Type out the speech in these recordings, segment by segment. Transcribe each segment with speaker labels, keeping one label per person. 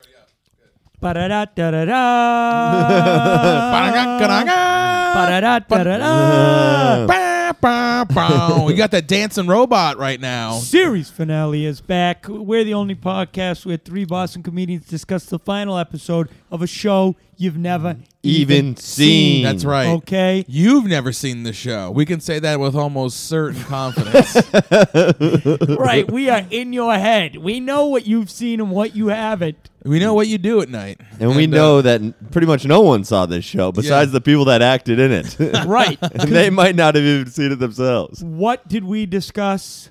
Speaker 1: Ba-da-da-da-da-da.
Speaker 2: Ah.
Speaker 1: Ba-da-da-da-da-da.
Speaker 3: you got that dancing robot right now.
Speaker 1: Series finale is back. We're the only podcast where three Boston comedians discuss the final episode of a show you've never
Speaker 2: Even seen.
Speaker 3: That's right.
Speaker 1: Okay.
Speaker 3: You've never seen the show. We can say that with almost certain confidence.
Speaker 1: right. We are in your head. We know what you've seen and what you haven't.
Speaker 3: we know what you do at night.
Speaker 2: And we
Speaker 3: uh,
Speaker 2: know that n- pretty much no one saw this show besides the people that acted in it. and
Speaker 1: Right.
Speaker 2: they might not have even seen it themselves.
Speaker 1: what did we discuss?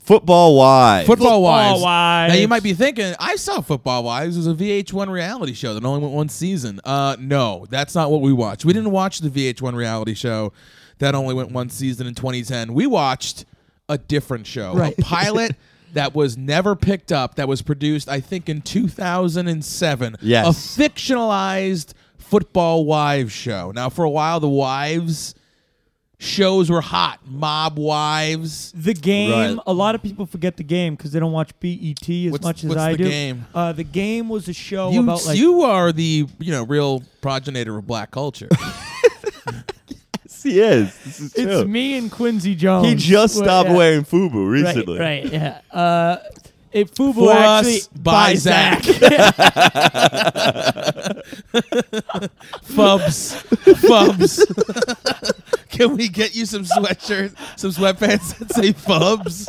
Speaker 2: Football wise.
Speaker 3: Football Wives.
Speaker 1: Wives.
Speaker 3: Now you might be thinking, I saw Football Wives. It was a VH1 reality show that only went one season. Uh, no, that's not what we watched. We didn't watch the VH1 reality show that only went one season in 2010. We watched a different show,
Speaker 1: Right.
Speaker 3: a pilot. That was never picked up. That was produced, I think, in 2007.
Speaker 2: Yes.
Speaker 3: A fictionalized football wives show. Now, for a while, the wives shows were hot. Mob wives.
Speaker 1: The game.
Speaker 2: Right.
Speaker 1: A lot of people forget the game because they don't watch BET as
Speaker 3: What's-
Speaker 1: much as
Speaker 3: what's
Speaker 1: I
Speaker 3: The
Speaker 1: do.
Speaker 3: Game?
Speaker 1: Uh, the game was a show
Speaker 3: you,
Speaker 1: about like
Speaker 3: you are the you know real progenitor of black culture.
Speaker 2: Yes, he is. This is
Speaker 1: it's
Speaker 2: true.
Speaker 1: me and Quincy Jones.
Speaker 2: He just
Speaker 1: Well,
Speaker 2: stopped
Speaker 1: yeah.
Speaker 2: wearing Fubu
Speaker 1: Right,
Speaker 2: recently.
Speaker 1: Right, yeah. Uh, if Fubu
Speaker 3: For
Speaker 1: actually
Speaker 3: us, by
Speaker 1: buys
Speaker 3: Zach. Fubs, fubs. Can we get you some sweatshirts, some sweatpants that say fubs?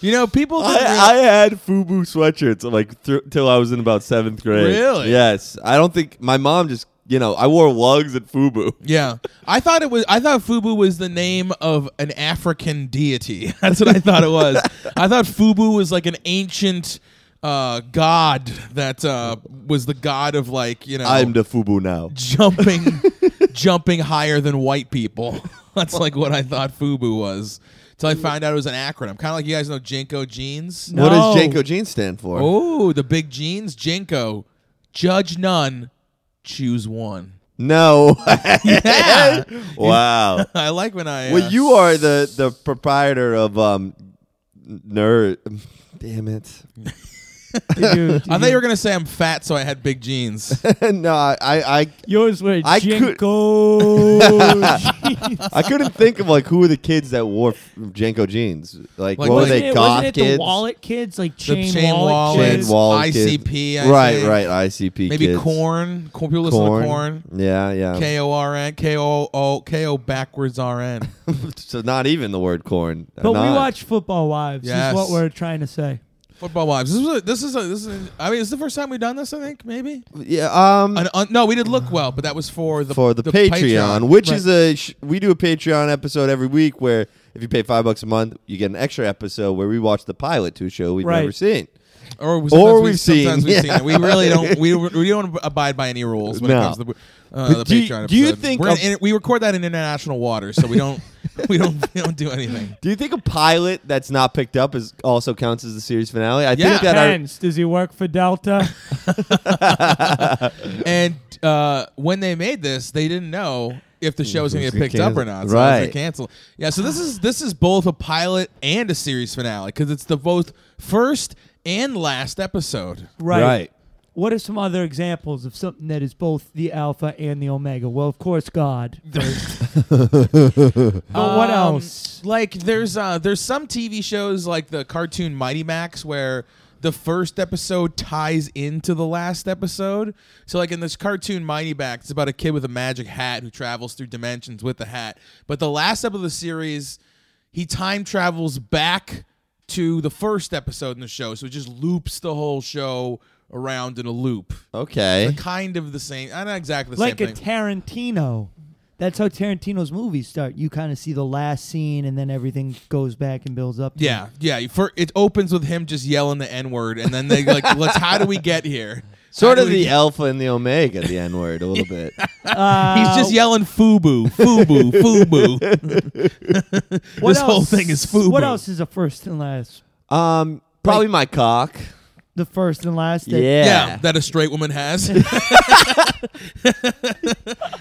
Speaker 3: you know, people. didn't real-
Speaker 2: I, I had Fubu sweatshirts like thr till I was in about seventh grade.
Speaker 3: Really?
Speaker 2: Yes. I don't think my mom just you know I wore lugs at Fubu.
Speaker 3: yeah, I thought it was. I thought Fubu was the name of an African deity. That's what I thought it was. I thought Fubu was like an ancient uh, god that uh, was the god of like you know
Speaker 2: I'm the Fubu now.
Speaker 3: jumping jumping higher than white people. That's like what I thought FUBU was. Till I found out it was an acronym. Kind of like you guys know Jenko jeans.
Speaker 1: No.
Speaker 2: What does Janko Jeans stand for?
Speaker 3: Oh, the big jeans, Jenko. Judge none, choose one.
Speaker 2: No. wow.
Speaker 3: I like when I. uh,
Speaker 2: Well, you are the the proprietor of um nerd. Damn it!
Speaker 1: Dude,
Speaker 3: I thought you were gonna say I'm fat, so I had big jeans.
Speaker 2: no, I, I I
Speaker 1: Yours were
Speaker 2: I could-
Speaker 1: Jenko.
Speaker 2: I couldn't think of like who were the kids that wore f- Janko jeans.
Speaker 3: Like-
Speaker 2: Like, what were
Speaker 3: Wasn't
Speaker 2: they?
Speaker 1: it,
Speaker 2: goth
Speaker 1: wasn't it
Speaker 2: kids,
Speaker 1: the wallet kids, like
Speaker 3: The
Speaker 1: chain,
Speaker 3: chain
Speaker 1: wallet,
Speaker 3: wallet,
Speaker 2: Chain
Speaker 1: kids?
Speaker 2: wall
Speaker 3: ICP,
Speaker 2: Kids.
Speaker 3: I
Speaker 2: right,
Speaker 3: think.
Speaker 2: right. ICP.
Speaker 3: Maybe
Speaker 2: kids. Um,
Speaker 3: corn. corn. People listen to corn.
Speaker 2: Yeah, yeah.
Speaker 3: K O R N. K O O K O backwards R N.
Speaker 2: so not even the word corn.
Speaker 1: But we
Speaker 2: Not.
Speaker 1: watch Football Wives.
Speaker 3: Yes.
Speaker 1: Is what we're trying to say.
Speaker 3: Football wives. This was a, this is a, this is. A, I mean, it's the first time we've done this. I think maybe.
Speaker 2: Yeah. Um.
Speaker 3: An un- no, we did look well, but that was for the
Speaker 2: for the, Patreon, which is
Speaker 3: Right.
Speaker 2: a sh- we do a Patreon episode every week where if you pay five bucks a month, you get an extra episode where we watch the pilot to a show we've
Speaker 1: Right.
Speaker 2: never seen.
Speaker 3: or, sometimes
Speaker 2: or
Speaker 3: we,
Speaker 2: we've seen,
Speaker 3: sometimes we've
Speaker 2: yeah.
Speaker 3: seen it. We really don't. We, we don't abide by any rules when it
Speaker 2: No.
Speaker 3: comes to the, uh, the
Speaker 2: do you-
Speaker 3: Patreon.
Speaker 2: do you
Speaker 3: episode.
Speaker 2: think
Speaker 3: We're in-
Speaker 2: of-
Speaker 3: in- we record that in international waters, so we don't we don't we don't do anything?
Speaker 2: Do you think a pilot that's not picked up is also counts as the series finale? I
Speaker 3: Yeah.
Speaker 2: think that our-
Speaker 1: Hence, does he work for Delta?
Speaker 3: And uh, when they made this, they didn't know if the show was going to
Speaker 2: It's
Speaker 3: get
Speaker 2: gonna
Speaker 3: picked up
Speaker 2: cancel.
Speaker 3: or not. So right,
Speaker 2: Right.
Speaker 3: cancel. Yeah, so this is this is both a pilot and a series finale because it's the both first and last episode.
Speaker 1: right.
Speaker 2: Right.
Speaker 1: What are some other examples of something that is both the alpha and the omega? Well, of course, God. but what
Speaker 3: Um,
Speaker 1: else?
Speaker 3: Like there's uh there's some TV shows like the cartoon Mighty Max where the first episode ties into the last episode. So like in this cartoon Mighty Max, it's about a kid with a magic hat who travels through dimensions with the hat. But the last episode of the series, he time travels back to the first episode in the show. So it just loops the whole show around in a loop.
Speaker 2: okay,
Speaker 3: Kind of the same, uh, not exactly the
Speaker 1: Like
Speaker 3: same
Speaker 1: a
Speaker 3: thing.
Speaker 1: Tarantino. That's how Tarantino's movies start. You kind of see the last scene, and then everything goes back and builds up. to it.
Speaker 3: Yeah, yeah. you- For it opens with him just yelling the n word, and then they like, let's. How do we get here?
Speaker 2: sort
Speaker 3: How
Speaker 2: of
Speaker 3: do we
Speaker 2: the
Speaker 3: get-
Speaker 2: alpha and the omega, the N word a little bit.
Speaker 1: Uh,
Speaker 3: He's just yelling "fubu, fubu, fubu."
Speaker 1: what
Speaker 3: this whole thing is fubu.
Speaker 1: What else is a first and last?
Speaker 2: Um, probably my cock.
Speaker 1: The first and last.
Speaker 2: Yeah.
Speaker 1: that-
Speaker 3: Yeah. that a straight woman has.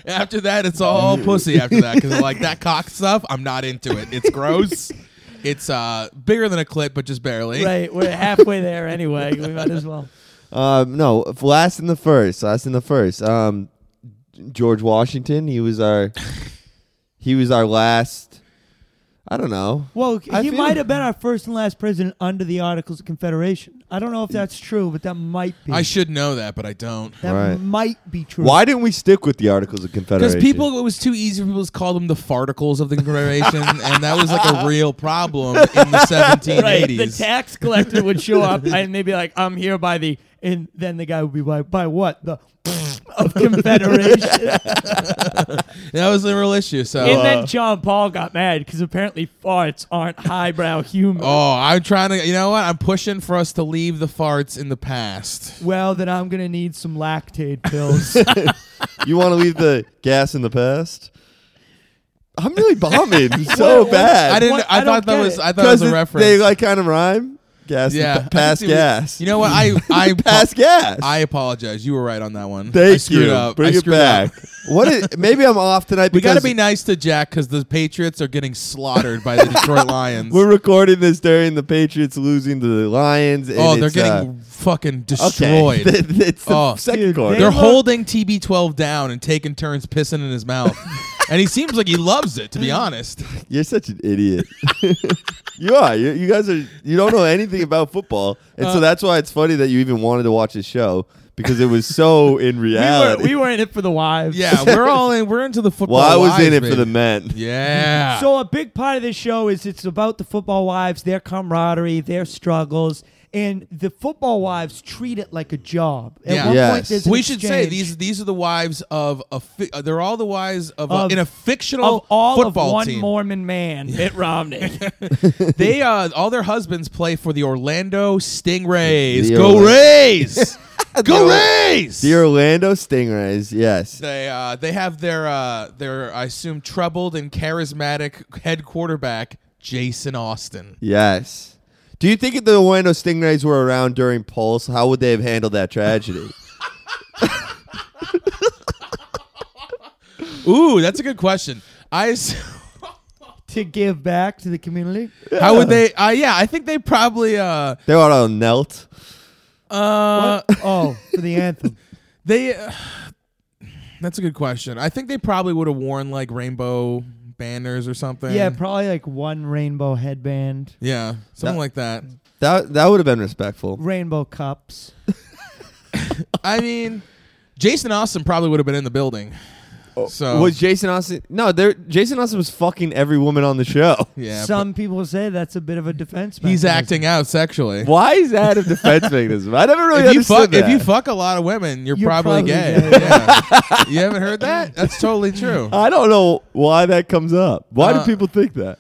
Speaker 3: after that, it's all pussy. After that, because like that cock stuff, I'm not into it. It's gross. It's uh, bigger than a clip, but just barely.
Speaker 1: right, we're halfway there anyway. We might as well.
Speaker 2: Um, no, f- last in the first. Last in the first. Um, George Washington. He was our. he was our last. I don't know.
Speaker 1: Well,
Speaker 2: I
Speaker 1: he
Speaker 2: feel-
Speaker 1: might have been our first and last president under the Articles of Confederation. I don't know if that's true, but that might be.
Speaker 3: I should know that, but I don't.
Speaker 1: that
Speaker 2: Right.
Speaker 1: might be true.
Speaker 2: Why didn't we stick with the Articles of
Speaker 3: Because
Speaker 2: Confederation?
Speaker 3: Hmm. people, it was too easy for people to call them the farticles of the Confederation, and that was like a real problem in the 1780s.
Speaker 1: Right, the tax collector would show up and they'd be like, "I'm here by the," and then the guy would be like, "By what?" The of Confederation.
Speaker 3: that was the real issue. So,
Speaker 1: and
Speaker 3: uh,
Speaker 1: then John Paul got mad because apparently farts aren't highbrow humor.
Speaker 3: oh, I'm trying to. You know what? I'm pushing for us to leave the farts in the past.
Speaker 1: Well, then I'm gonna need some lactate pills.
Speaker 2: you want to leave the gas in the past? I'm really bombing so bad.
Speaker 3: I didn't.
Speaker 1: What?
Speaker 3: I,
Speaker 1: I don't
Speaker 3: thought that
Speaker 1: get
Speaker 3: was.
Speaker 1: it.
Speaker 3: I thought it was
Speaker 2: 'Cause
Speaker 3: a
Speaker 2: it-
Speaker 3: reference.
Speaker 2: They like kind of rhyme. Gas.
Speaker 3: yeah,
Speaker 2: Yeah.
Speaker 3: I can
Speaker 2: past
Speaker 3: see what-
Speaker 2: gas.
Speaker 3: You know what? I I
Speaker 2: Pass gas.
Speaker 3: I apologize. You were right on that one. I
Speaker 2: Thank
Speaker 3: screwed
Speaker 2: you.
Speaker 3: Up. I
Speaker 2: Bring it
Speaker 3: screwed up.
Speaker 2: back. What is, maybe I'm off tonight
Speaker 3: We got to
Speaker 2: because
Speaker 3: be nice to Jack because the Patriots are getting slaughtered by the Detroit Lions.
Speaker 2: we're recording this during the Patriots losing to the Lions. And
Speaker 3: oh, they're
Speaker 2: it's,
Speaker 3: getting
Speaker 2: uh,
Speaker 3: fucking
Speaker 2: okay.
Speaker 3: destroyed.
Speaker 2: it's the
Speaker 3: Oh.
Speaker 2: second
Speaker 1: Dude,
Speaker 2: quarter.
Speaker 1: they
Speaker 3: They're
Speaker 1: look-
Speaker 3: holding TB12 down and taking turns pissing in his mouth. and he seems like he loves it, to be honest.
Speaker 2: You're such an idiot. you are. You, you guys are. You don't know anything about football, and
Speaker 3: Uh,
Speaker 2: so that's why it's funny that you even wanted to watch this show because it was so in
Speaker 1: we, were,
Speaker 2: reality.
Speaker 1: we were in it for the wives.
Speaker 3: Yeah, we're all in. We're into the football.
Speaker 2: well, I was in it
Speaker 3: wives,
Speaker 2: for the
Speaker 3: baby.
Speaker 2: men.
Speaker 3: Yeah.
Speaker 1: So a big part of this show is it's about the football wives, their camaraderie, their struggles, and the football wives treat it like a job. At one
Speaker 3: Yeah.
Speaker 1: point,
Speaker 2: Yes.
Speaker 1: there's an
Speaker 3: we should say
Speaker 1: exchange
Speaker 3: these these are the wives of a fi- uh, they're all the wives of, a-
Speaker 1: Of-
Speaker 3: in a fictional
Speaker 1: of all
Speaker 3: football
Speaker 1: of one
Speaker 3: team.
Speaker 1: Mormon man, Mitt Romney.
Speaker 3: They uh, all their husbands play for the Orlando Stingrays.
Speaker 2: The
Speaker 3: Go
Speaker 2: Orla-
Speaker 3: Rays! Go
Speaker 2: Or-
Speaker 3: Rays!
Speaker 2: The Orlando Stingrays. Yes.
Speaker 3: They uh, they have their uh, their I assume troubled and charismatic head quarterback Jason Austin.
Speaker 2: Yes. Do you think if the Orlando Stingrays were around during Pulse, how would they have handled that tragedy?
Speaker 3: Ooh, that's a good question. I s-
Speaker 1: to give back to the community.
Speaker 3: how would they? Uh, yeah, I think they probably uh
Speaker 2: they would all knelt.
Speaker 3: uh
Speaker 1: oh, for the anthem.
Speaker 3: they. Uh, that's a good question. I think they probably would have worn like rainbow banners or something.
Speaker 1: Yeah, probably like one rainbow headband,
Speaker 3: yeah, something
Speaker 2: That-
Speaker 3: like that.
Speaker 2: That that would have been respectful.
Speaker 1: rainbow cups.
Speaker 3: I mean, Jason Austin probably would have been in the building. So
Speaker 2: Oh, was Jason Austin? No, there. Jason Austin was fucking every woman on the show.
Speaker 3: yeah,
Speaker 1: Some people say that's a bit of a defense.
Speaker 3: but he's
Speaker 1: mechanism.
Speaker 3: acting out sexually.
Speaker 2: Why is that a defense mechanism? I never really
Speaker 3: if you
Speaker 2: understood
Speaker 3: fuck
Speaker 2: that.
Speaker 3: if you fuck a lot of women, you're,
Speaker 1: You're
Speaker 3: probably,
Speaker 1: probably
Speaker 3: gay.
Speaker 1: gay,
Speaker 3: Yeah. you haven't heard that? That's totally true.
Speaker 2: I don't know why that comes up. Why
Speaker 3: Uh,
Speaker 2: do people think that?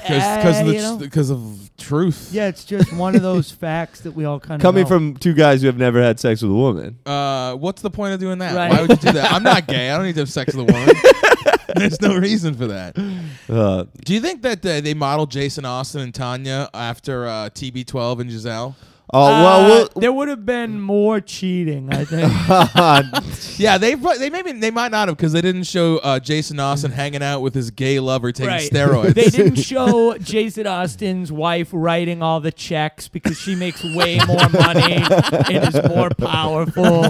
Speaker 3: Because
Speaker 1: Uh,
Speaker 3: of,
Speaker 1: you know.
Speaker 3: the- 'cause of truth.
Speaker 1: Yeah, it's just one of those facts that we all kind of
Speaker 2: Coming from two guys who have never had sex with a woman.
Speaker 3: Uh, what's the point of doing that?
Speaker 1: Right.
Speaker 3: Why would you do that? I'm not gay. I don't need to have sex with a woman. There's no reason for that.
Speaker 2: Uh,
Speaker 3: Do you think that uh, they modeled Jason Austin and Tanya after uh, TB12 and Giselle?
Speaker 2: oh
Speaker 1: Uh,
Speaker 2: well, we'll.
Speaker 1: there would have been more cheating, I think.
Speaker 3: Uh, Yeah, they pro- they maybe they might not have because they didn't show uh, Jason Austin hanging out with his gay lover taking steroids.
Speaker 1: They didn't show Jason Austin's wife writing all the checks because she makes way more money and is more powerful.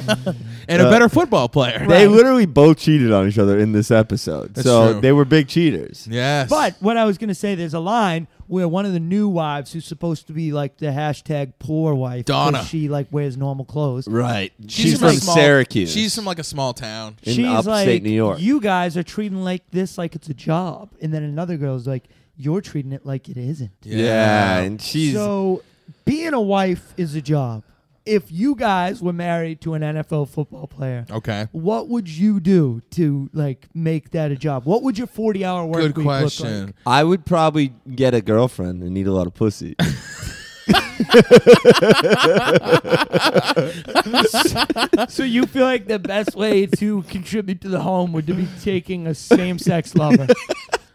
Speaker 3: and a better football player.
Speaker 2: they
Speaker 1: Uh, right.
Speaker 2: literally both cheated on each other in this episode,
Speaker 3: That's
Speaker 2: so
Speaker 3: true.
Speaker 2: they were big cheaters.
Speaker 3: Yes,
Speaker 1: But what I was going to say, there's a line where one of the new wives, who's supposed to be like the hashtag poor wife, 'cause
Speaker 3: Donna.
Speaker 1: she like wears normal clothes.
Speaker 2: Right. She's,
Speaker 3: a
Speaker 2: from,
Speaker 3: small-
Speaker 2: Syracuse.
Speaker 3: She's from like a small town.
Speaker 2: in
Speaker 1: She's
Speaker 2: upstate
Speaker 1: like,
Speaker 2: New York.
Speaker 1: You guys are treating like this like it's a job, and then another girl's like, you're treating it like it isn't.
Speaker 2: yeah. and she's
Speaker 1: so being a wife is a job. If you guys were married to an NFL football player,
Speaker 2: Oh.
Speaker 3: Okay.
Speaker 1: what would you do to like make that a job? What would your forty-hour work
Speaker 3: Good
Speaker 1: week
Speaker 3: question.
Speaker 1: look like?
Speaker 2: I would probably get a girlfriend and eat a lot of pussy.
Speaker 1: So you feel like the best way to contribute to the home would to be taking a same-sex lover?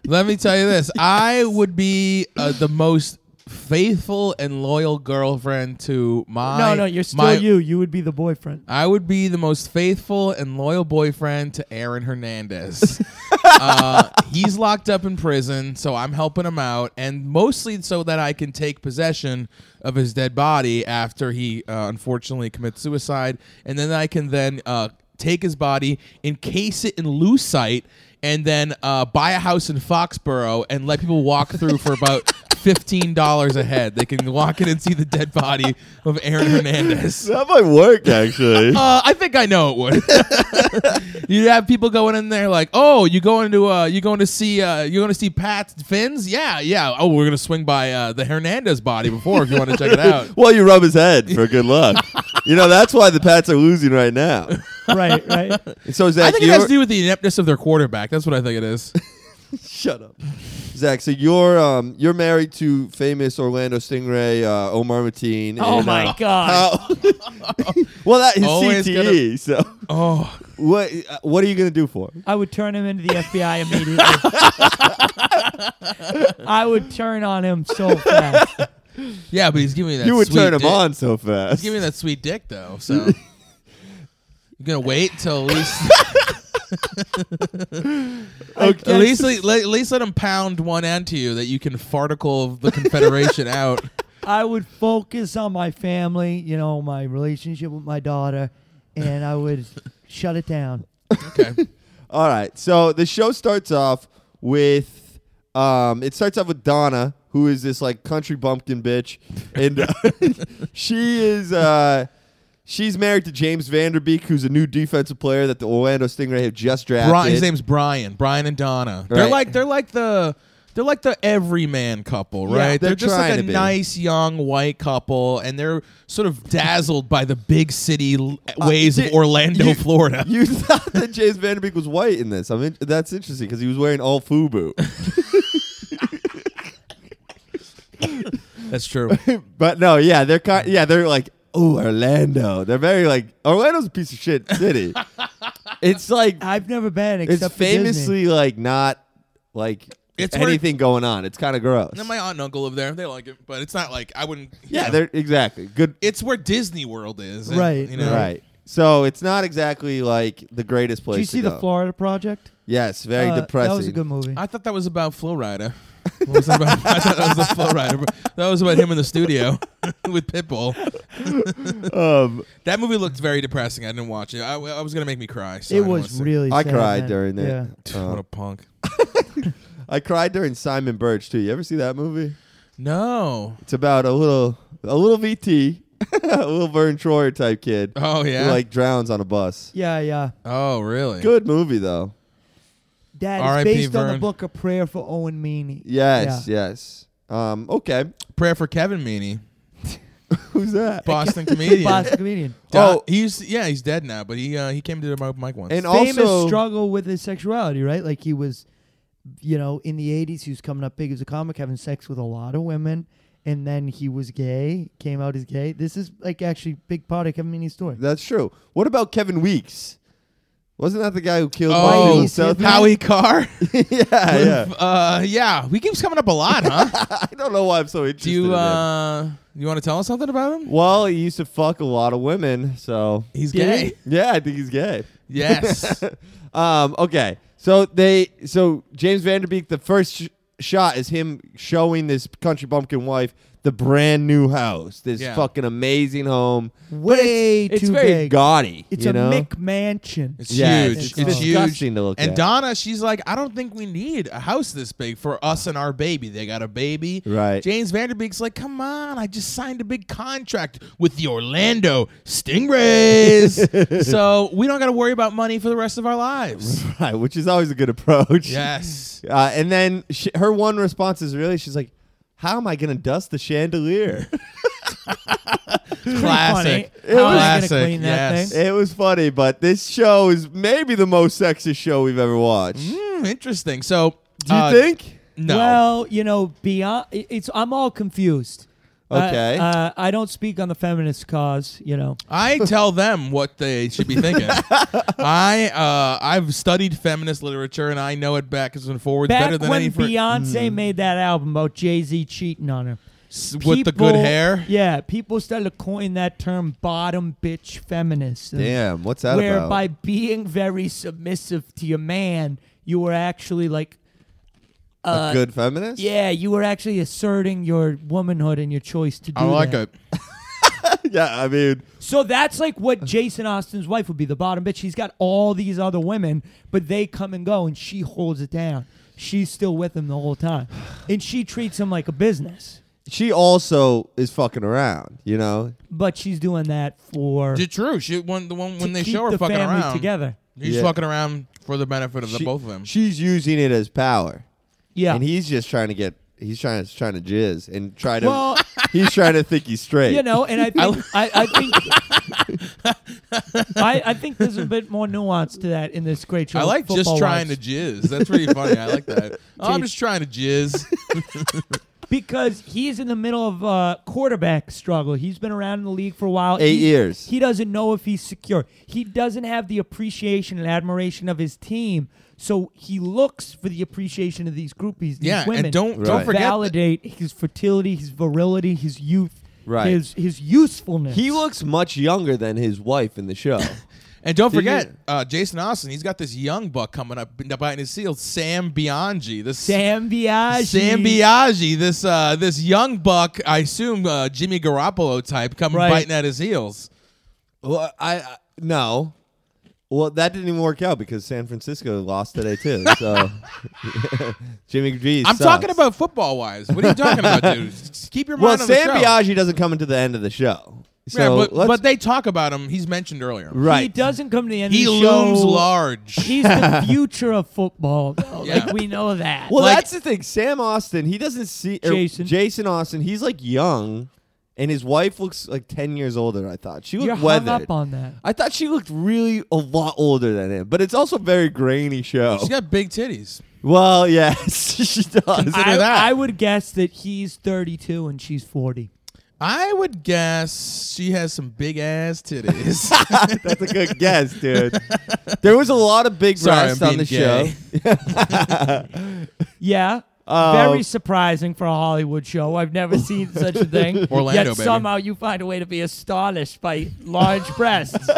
Speaker 3: Let me tell you this. I would be uh, the most faithful and loyal girlfriend to my
Speaker 1: no, no, you're still
Speaker 3: my-
Speaker 1: you. You would be the boyfriend.
Speaker 3: I would be the most faithful and loyal boyfriend to Aaron Hernandez. uh, he's locked up in prison, so I'm helping him out, and mostly so that I can take possession of his dead body after he uh, unfortunately commits suicide, and then I can then uh, take his body, encase it in lucite, and then uh, buy a house in Foxborough and let people walk through for about. Fifteen dollars a head. They can walk in and see the dead body of Aaron Hernandez.
Speaker 2: That might work actually.
Speaker 3: Uh, I think I know it would. You'd have people going in there like, "Oh, you going to uh, you going to see uh, you going to see Pat Fins? Yeah, yeah. Oh, we're gonna swing by uh, the Hernandez body before if you want to check it out.
Speaker 2: well, you rub his head for good luck. you know that's why the Pats are losing right now.
Speaker 1: right, right.
Speaker 2: And so Zach,
Speaker 3: I think it
Speaker 2: you're-
Speaker 3: has to do with the ineptness of their quarterback. That's what I think it is.
Speaker 2: shut up, Zach. So you're um you're married to famous Orlando Stingray uh, Omar Mateen.
Speaker 1: Oh
Speaker 2: and,
Speaker 1: my
Speaker 2: uh,
Speaker 1: god.
Speaker 2: how- well, that is
Speaker 3: Always
Speaker 2: CTE. E, So
Speaker 3: Oh,
Speaker 2: what uh, what are you gonna do for? him?
Speaker 1: I would turn him into the FBI immediately. I would turn on him so fast.
Speaker 3: yeah, but he's giving me that.
Speaker 2: You would
Speaker 3: sweet
Speaker 2: turn him
Speaker 3: dick.
Speaker 2: on so fast.
Speaker 3: He's giving me that sweet dick though. So you're gonna wait till at least
Speaker 1: Okay.
Speaker 3: at least let, at least let him pound one end to you that you can farticle the Confederation out.
Speaker 1: I would focus on my family, you know, my relationship with my daughter, and I would shut it down.
Speaker 3: Okay.
Speaker 2: All right. So the show starts off with um it starts off with Donna, who is this like country bumpkin bitch. And uh, she is uh she's married to James Vanderbeek, who's a new defensive player that the Orlando Stingray have just drafted.
Speaker 3: Brian, his name's Brian. Brian and Donna. They're
Speaker 2: Right.
Speaker 3: like they're like the they're like the everyman couple, right?
Speaker 2: they're
Speaker 3: just like
Speaker 2: trying
Speaker 3: a
Speaker 2: to be.
Speaker 3: nice young white couple, and they're sort of dazzled by the big city l- ways
Speaker 2: did-
Speaker 3: of Orlando,
Speaker 2: Uh, you-
Speaker 3: Florida.
Speaker 2: You thought that James Vanderbeek was white in this. I mean that's interesting because he was wearing all FUBU.
Speaker 3: That's true.
Speaker 2: but no, yeah, they're kind yeah, they're like Oh, Orlando. They're very like Orlando's a piece of shit city. it's like
Speaker 1: I've never been except
Speaker 2: it's
Speaker 1: for Disney.
Speaker 2: famously like not like
Speaker 3: It's where-
Speaker 2: anything going on. It's kind of gross.
Speaker 3: and my aunt and uncle live there. They like it, but it's not like I wouldn't. you
Speaker 2: yeah,
Speaker 3: know.
Speaker 2: they're exactly good.
Speaker 3: it's where Disney World is, and,
Speaker 1: Right,
Speaker 3: You know,
Speaker 2: Right. So it's not exactly like the greatest place.
Speaker 1: Did you see
Speaker 2: to
Speaker 1: the
Speaker 2: go.
Speaker 1: Florida Project?
Speaker 2: Yes, very
Speaker 1: Uh,
Speaker 2: depressing.
Speaker 1: That was a good movie.
Speaker 3: I thought that was about Flow Rider. What was that about? I thought that was the Flow Rider. That was about him in the studio with Pitbull.
Speaker 2: um,
Speaker 3: That movie looked very depressing. I didn't watch it. I, I was gonna make me cry. So I
Speaker 1: it
Speaker 3: didn't
Speaker 1: was
Speaker 3: wanna see
Speaker 1: really.
Speaker 2: I
Speaker 1: sad,
Speaker 2: cried
Speaker 1: man.
Speaker 2: during
Speaker 1: Yeah.
Speaker 2: that. Um,
Speaker 3: what a punk.
Speaker 2: I cried during Simon Birch too. You ever see that movie?
Speaker 3: No.
Speaker 2: It's about a little a little VT, a little Vern Troyer type kid
Speaker 3: Oh
Speaker 2: who
Speaker 3: yeah.
Speaker 2: like drowns on a bus.
Speaker 1: Yeah, yeah.
Speaker 3: oh really?
Speaker 2: Good movie though.
Speaker 1: That is
Speaker 3: R.I.P.
Speaker 1: based on the
Speaker 3: Vern.
Speaker 1: book of prayer for Owen Meany.
Speaker 2: Yes, yes. Um, okay.
Speaker 3: Prayer for Kevin Meaney,
Speaker 2: Who's that?
Speaker 3: Boston comedian.
Speaker 1: Boston comedian.
Speaker 3: Don-
Speaker 2: Oh.
Speaker 3: he's yeah, he's dead now, but he uh, he came to the mi- mic once.
Speaker 2: And
Speaker 1: Famous
Speaker 2: also
Speaker 1: struggle with his sexuality, right? Like he was, you know, in the '80s, he was coming up big as a comic, having sex with a lot of women, and then he was gay, came out as gay. This is like actually a big part of Kevin Meaney's story.
Speaker 2: That's true. What about Kevin Weeks? Wasn't that the guy who killed
Speaker 3: Oh,
Speaker 2: Michael
Speaker 1: he's
Speaker 2: South?
Speaker 1: Vietnam?
Speaker 3: Howie Carr.
Speaker 2: yeah, yeah.
Speaker 3: Uh, yeah, he keeps coming up a lot, huh?
Speaker 2: I don't know why I'm so interested.
Speaker 3: Do you
Speaker 2: in him.
Speaker 3: uh you want to tell us something about him?
Speaker 2: Well, he used to fuck a lot of women, so
Speaker 3: He's
Speaker 1: Did
Speaker 3: gay.
Speaker 2: yeah, I think he's gay.
Speaker 3: Yes.
Speaker 2: um, okay, so they, so James Vanderbeek, the first sh- shot is him showing this country bumpkin wife the brand new house, this
Speaker 3: Yeah.
Speaker 2: fucking amazing home. But
Speaker 1: Way
Speaker 2: it's, it's
Speaker 1: too
Speaker 2: very
Speaker 1: big.
Speaker 2: gaudy.
Speaker 1: It's
Speaker 2: you
Speaker 1: a
Speaker 2: know?
Speaker 1: McMansion.
Speaker 3: It's
Speaker 2: Yeah,
Speaker 3: huge.
Speaker 1: it's
Speaker 3: It's, huge.
Speaker 2: disgusting to look
Speaker 3: and
Speaker 2: at.
Speaker 3: Donna, she's like, I don't think we need a house this big for us and our baby. They got a baby.
Speaker 2: Right.
Speaker 3: James Vanderbeek's like, come on, I just signed a big contract with the Orlando Stingrays. so we don't got to worry about money for the rest of our lives.
Speaker 2: Right, which is always a good approach.
Speaker 3: yes.
Speaker 2: Uh, and then she, her one response is really, she's like, "How am I gonna dust the chandelier?"
Speaker 3: Classic.
Speaker 1: funny. How am I gonna
Speaker 3: Classic.
Speaker 1: clean that
Speaker 3: yes.
Speaker 1: thing?
Speaker 2: it was funny, but this show is maybe the most sexist show we've ever watched.
Speaker 3: Hmm, interesting. So.
Speaker 2: Do you
Speaker 3: uh,
Speaker 2: think?
Speaker 3: No.
Speaker 1: Well, you know, beyond it- it's I'm all confused. Uh,
Speaker 2: Okay.
Speaker 1: Uh, I don't speak on the feminist cause, you know.
Speaker 3: I tell them what they should be thinking. I uh, I've studied feminist literature and I know it back and forwards
Speaker 1: Back
Speaker 3: better than
Speaker 1: when
Speaker 3: any per- mm.
Speaker 1: Beyonce made that album about Jay Z cheating on her,
Speaker 3: S- with the good
Speaker 1: people-
Speaker 3: hair.
Speaker 1: Yeah, people started to coin that term bottom bitch feminist. And
Speaker 2: Damn, what's that
Speaker 1: where
Speaker 2: about?
Speaker 1: by being very submissive to your man, you were actually like
Speaker 2: a good feminist?
Speaker 1: uh, yeah, you were actually asserting your womanhood and your choice to do
Speaker 3: I like
Speaker 1: that.
Speaker 3: it.
Speaker 2: yeah, I mean,
Speaker 1: So that's like what Jason Austin's wife would be, the bottom bitch. She's got all these other women, but they come and go and she holds it down. She's still with him the whole time. And she treats him like a business.
Speaker 2: she also is fucking around, you know?
Speaker 1: But she's doing that for
Speaker 3: It's true. She when the one when
Speaker 1: to
Speaker 3: they
Speaker 1: keep
Speaker 3: show her
Speaker 1: the
Speaker 3: fucking
Speaker 1: family
Speaker 3: around
Speaker 1: together.
Speaker 3: He's
Speaker 2: Yeah.
Speaker 3: fucking around for the benefit of the
Speaker 2: She-
Speaker 3: both of them.
Speaker 2: She's using it as power.
Speaker 1: Yeah.
Speaker 2: And he's just trying to get he's trying to trying to jizz and try to
Speaker 1: Well-
Speaker 2: he's trying to think he's straight.
Speaker 1: you know, and I think I, I think I, I think there's a bit more nuance to that in this great show.
Speaker 3: I like just
Speaker 1: Football
Speaker 3: trying
Speaker 1: Wives.
Speaker 3: to jizz. That's pretty funny. I like that. Oh, I'm just trying to jizz.
Speaker 1: because he's in the middle of a quarterback struggle. He's been around in the league for a while.
Speaker 2: Eight
Speaker 1: He-
Speaker 2: years.
Speaker 1: He doesn't know if he's secure. He doesn't have the appreciation and admiration of his team. So he looks for the appreciation of these groupies, these
Speaker 3: Yeah,
Speaker 1: women.
Speaker 3: and don't
Speaker 2: Right.
Speaker 3: don't
Speaker 1: to
Speaker 3: forget. that-
Speaker 1: validate his fertility, his virility, his youth,
Speaker 2: Right.
Speaker 1: his his usefulness.
Speaker 2: He looks much younger than his wife in the show.
Speaker 3: And don't
Speaker 2: Did you-
Speaker 3: forget, uh, Jason Austin. He's got this young buck coming up biting his heels. Sam Bianchi. This
Speaker 1: Sam Biaggi.
Speaker 3: Sam Biaggi. This uh, this young buck. I assume uh, Jimmy Garoppolo type coming
Speaker 1: Right.
Speaker 3: biting at his heels.
Speaker 2: well, I, I no. Well, that didn't even work out because San Francisco lost today too. So Jimmy G.
Speaker 3: I'm
Speaker 2: sucks.
Speaker 3: talking about football wise. What are you talking about, dude? S- Keep your
Speaker 2: well,
Speaker 3: mind on
Speaker 2: Sam
Speaker 3: the show.
Speaker 2: Biaggi doesn't come into the end of the show. So
Speaker 3: yeah, but,
Speaker 2: let's-
Speaker 3: but they talk about him. He's mentioned earlier.
Speaker 2: right.
Speaker 1: He doesn't come to the end
Speaker 3: He
Speaker 1: of the show.
Speaker 3: looms large.
Speaker 1: He's the future of football. though.
Speaker 3: Yeah.
Speaker 1: Like we know that.
Speaker 2: Well,
Speaker 3: Like-
Speaker 2: that's the thing. Sam Austin, he doesn't see or
Speaker 1: Jason.
Speaker 2: Jason Austin. He's like young, and his wife looks like ten years older. I thought she
Speaker 1: you're
Speaker 2: looked
Speaker 1: hung
Speaker 2: weathered.
Speaker 1: up on that.
Speaker 2: I thought she looked really a lot older than him, but it's also a very grainy show.
Speaker 3: She's got big titties.
Speaker 2: well, yes, she does.
Speaker 3: Consider
Speaker 1: I,
Speaker 3: that.
Speaker 1: I would guess that he's 32 and she's 40.
Speaker 3: I would guess she has some big ass titties.
Speaker 2: That's a good guess, dude. There was a lot of big
Speaker 3: Sorry,
Speaker 2: breasts
Speaker 3: I'm
Speaker 2: on the
Speaker 3: being
Speaker 2: show.
Speaker 3: gay.
Speaker 1: Yeah.
Speaker 2: Oh.
Speaker 1: Very surprising for a Hollywood show. I've never seen such a thing.
Speaker 3: Orlando,
Speaker 1: Yet
Speaker 3: baby.
Speaker 1: somehow you find a way to be astonished by large breasts.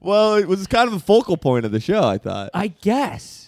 Speaker 2: Well, it was kind of a focal point of the show. I thought.
Speaker 1: I guess.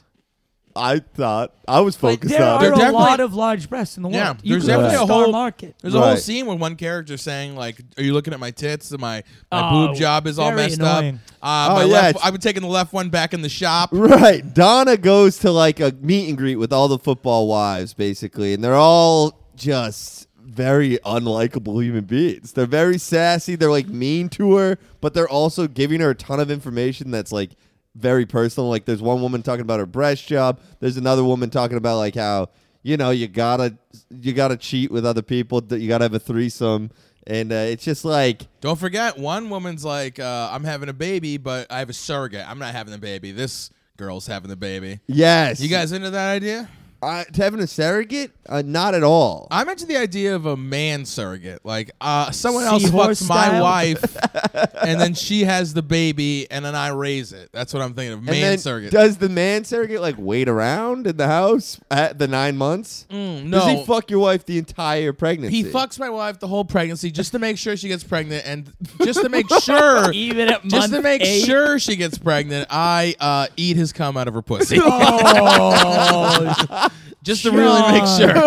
Speaker 2: I thought I was
Speaker 1: But
Speaker 2: focused
Speaker 1: there
Speaker 2: on.
Speaker 3: They're
Speaker 1: are a
Speaker 3: definitely-
Speaker 1: lot of large breasts in the world.
Speaker 3: Yeah,
Speaker 1: you
Speaker 3: there's
Speaker 1: could have
Speaker 2: definitely
Speaker 1: a
Speaker 3: a
Speaker 1: star
Speaker 3: whole-
Speaker 1: market.
Speaker 3: There's a whole
Speaker 2: Right.
Speaker 3: scene where one character saying like, "Are you looking at my tits? And My my
Speaker 1: Oh,
Speaker 3: boob job is all
Speaker 1: very
Speaker 3: messed
Speaker 1: annoying.
Speaker 3: up. Uh, my
Speaker 2: Oh, yeah,
Speaker 3: left,
Speaker 2: it's-
Speaker 3: I've been taking the left one back in the shop.
Speaker 2: Right. Donna goes to like a meet and greet with all the football wives, basically, and they're all just very unlikable human beings. They're very sassy. They're like mean to her, but they're also giving her a ton of information that's like very personal. Like there's one woman talking about her breast job. There's another woman talking about like how you know you gotta you gotta cheat with other people. that You gotta have a threesome, and uh, it's just like
Speaker 3: Don't forget, one woman's like, uh, "I'm having a baby, but I have a surrogate. I'm not having the baby. This girl's having the baby."
Speaker 2: yes,
Speaker 3: You guys into that idea?
Speaker 2: uh, having a surrogate? Uh, not at all.
Speaker 3: I mentioned the idea of a man surrogate, like uh, someone else
Speaker 1: Seahorse
Speaker 3: fucks my
Speaker 1: style?
Speaker 3: wife, and then she has the baby, and then I raise it. That's what I'm thinking of. Man
Speaker 2: And then
Speaker 3: surrogate.
Speaker 2: Does the man surrogate like wait around in the house at the nine months?
Speaker 3: Mm,
Speaker 2: Does
Speaker 3: no.
Speaker 2: he fuck your wife the entire
Speaker 3: He
Speaker 2: pregnancy?
Speaker 3: fucks my wife the whole pregnancy just to make sure she gets pregnant, and just to make sure,
Speaker 1: Even at
Speaker 3: just to
Speaker 1: month
Speaker 3: make
Speaker 1: eight?
Speaker 3: sure she gets pregnant, I uh, eat his cum out of her pussy,
Speaker 1: Oh,
Speaker 3: just to really make
Speaker 1: Sean.
Speaker 3: sure.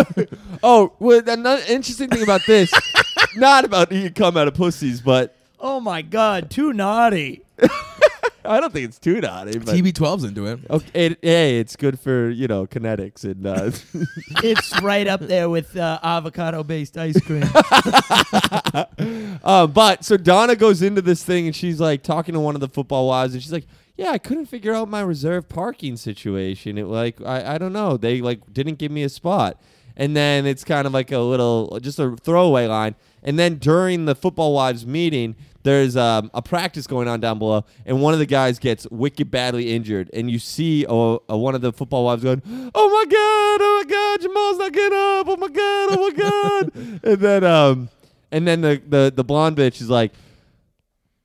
Speaker 2: Oh, well, another interesting thing about this, not about he come out of pussies, but
Speaker 1: oh my God. Too naughty.
Speaker 2: I don't think it's too naughty. But
Speaker 3: TB12's into it.
Speaker 2: okay, it- hey, it's good for you know kinetics and uh,
Speaker 1: It's right up there with uh, avocado based ice cream.
Speaker 2: Uh, but so Donna goes into this thing and she's like talking to one of the football wives and she's like, "Yeah, I couldn't figure out my reserve parking situation. It like I, I don't know. They like didn't give me a spot." And then it's kind of like a little just a throwaway line. And then during the football wives meeting, there's um, a practice going on down below, and one of the guys gets wicked badly injured, and you see oh, uh, one of the football wives going, "Oh my god, oh my god, Jamal's not getting up, oh my god, oh my god," and then um, and then the, the, the blonde bitch is like,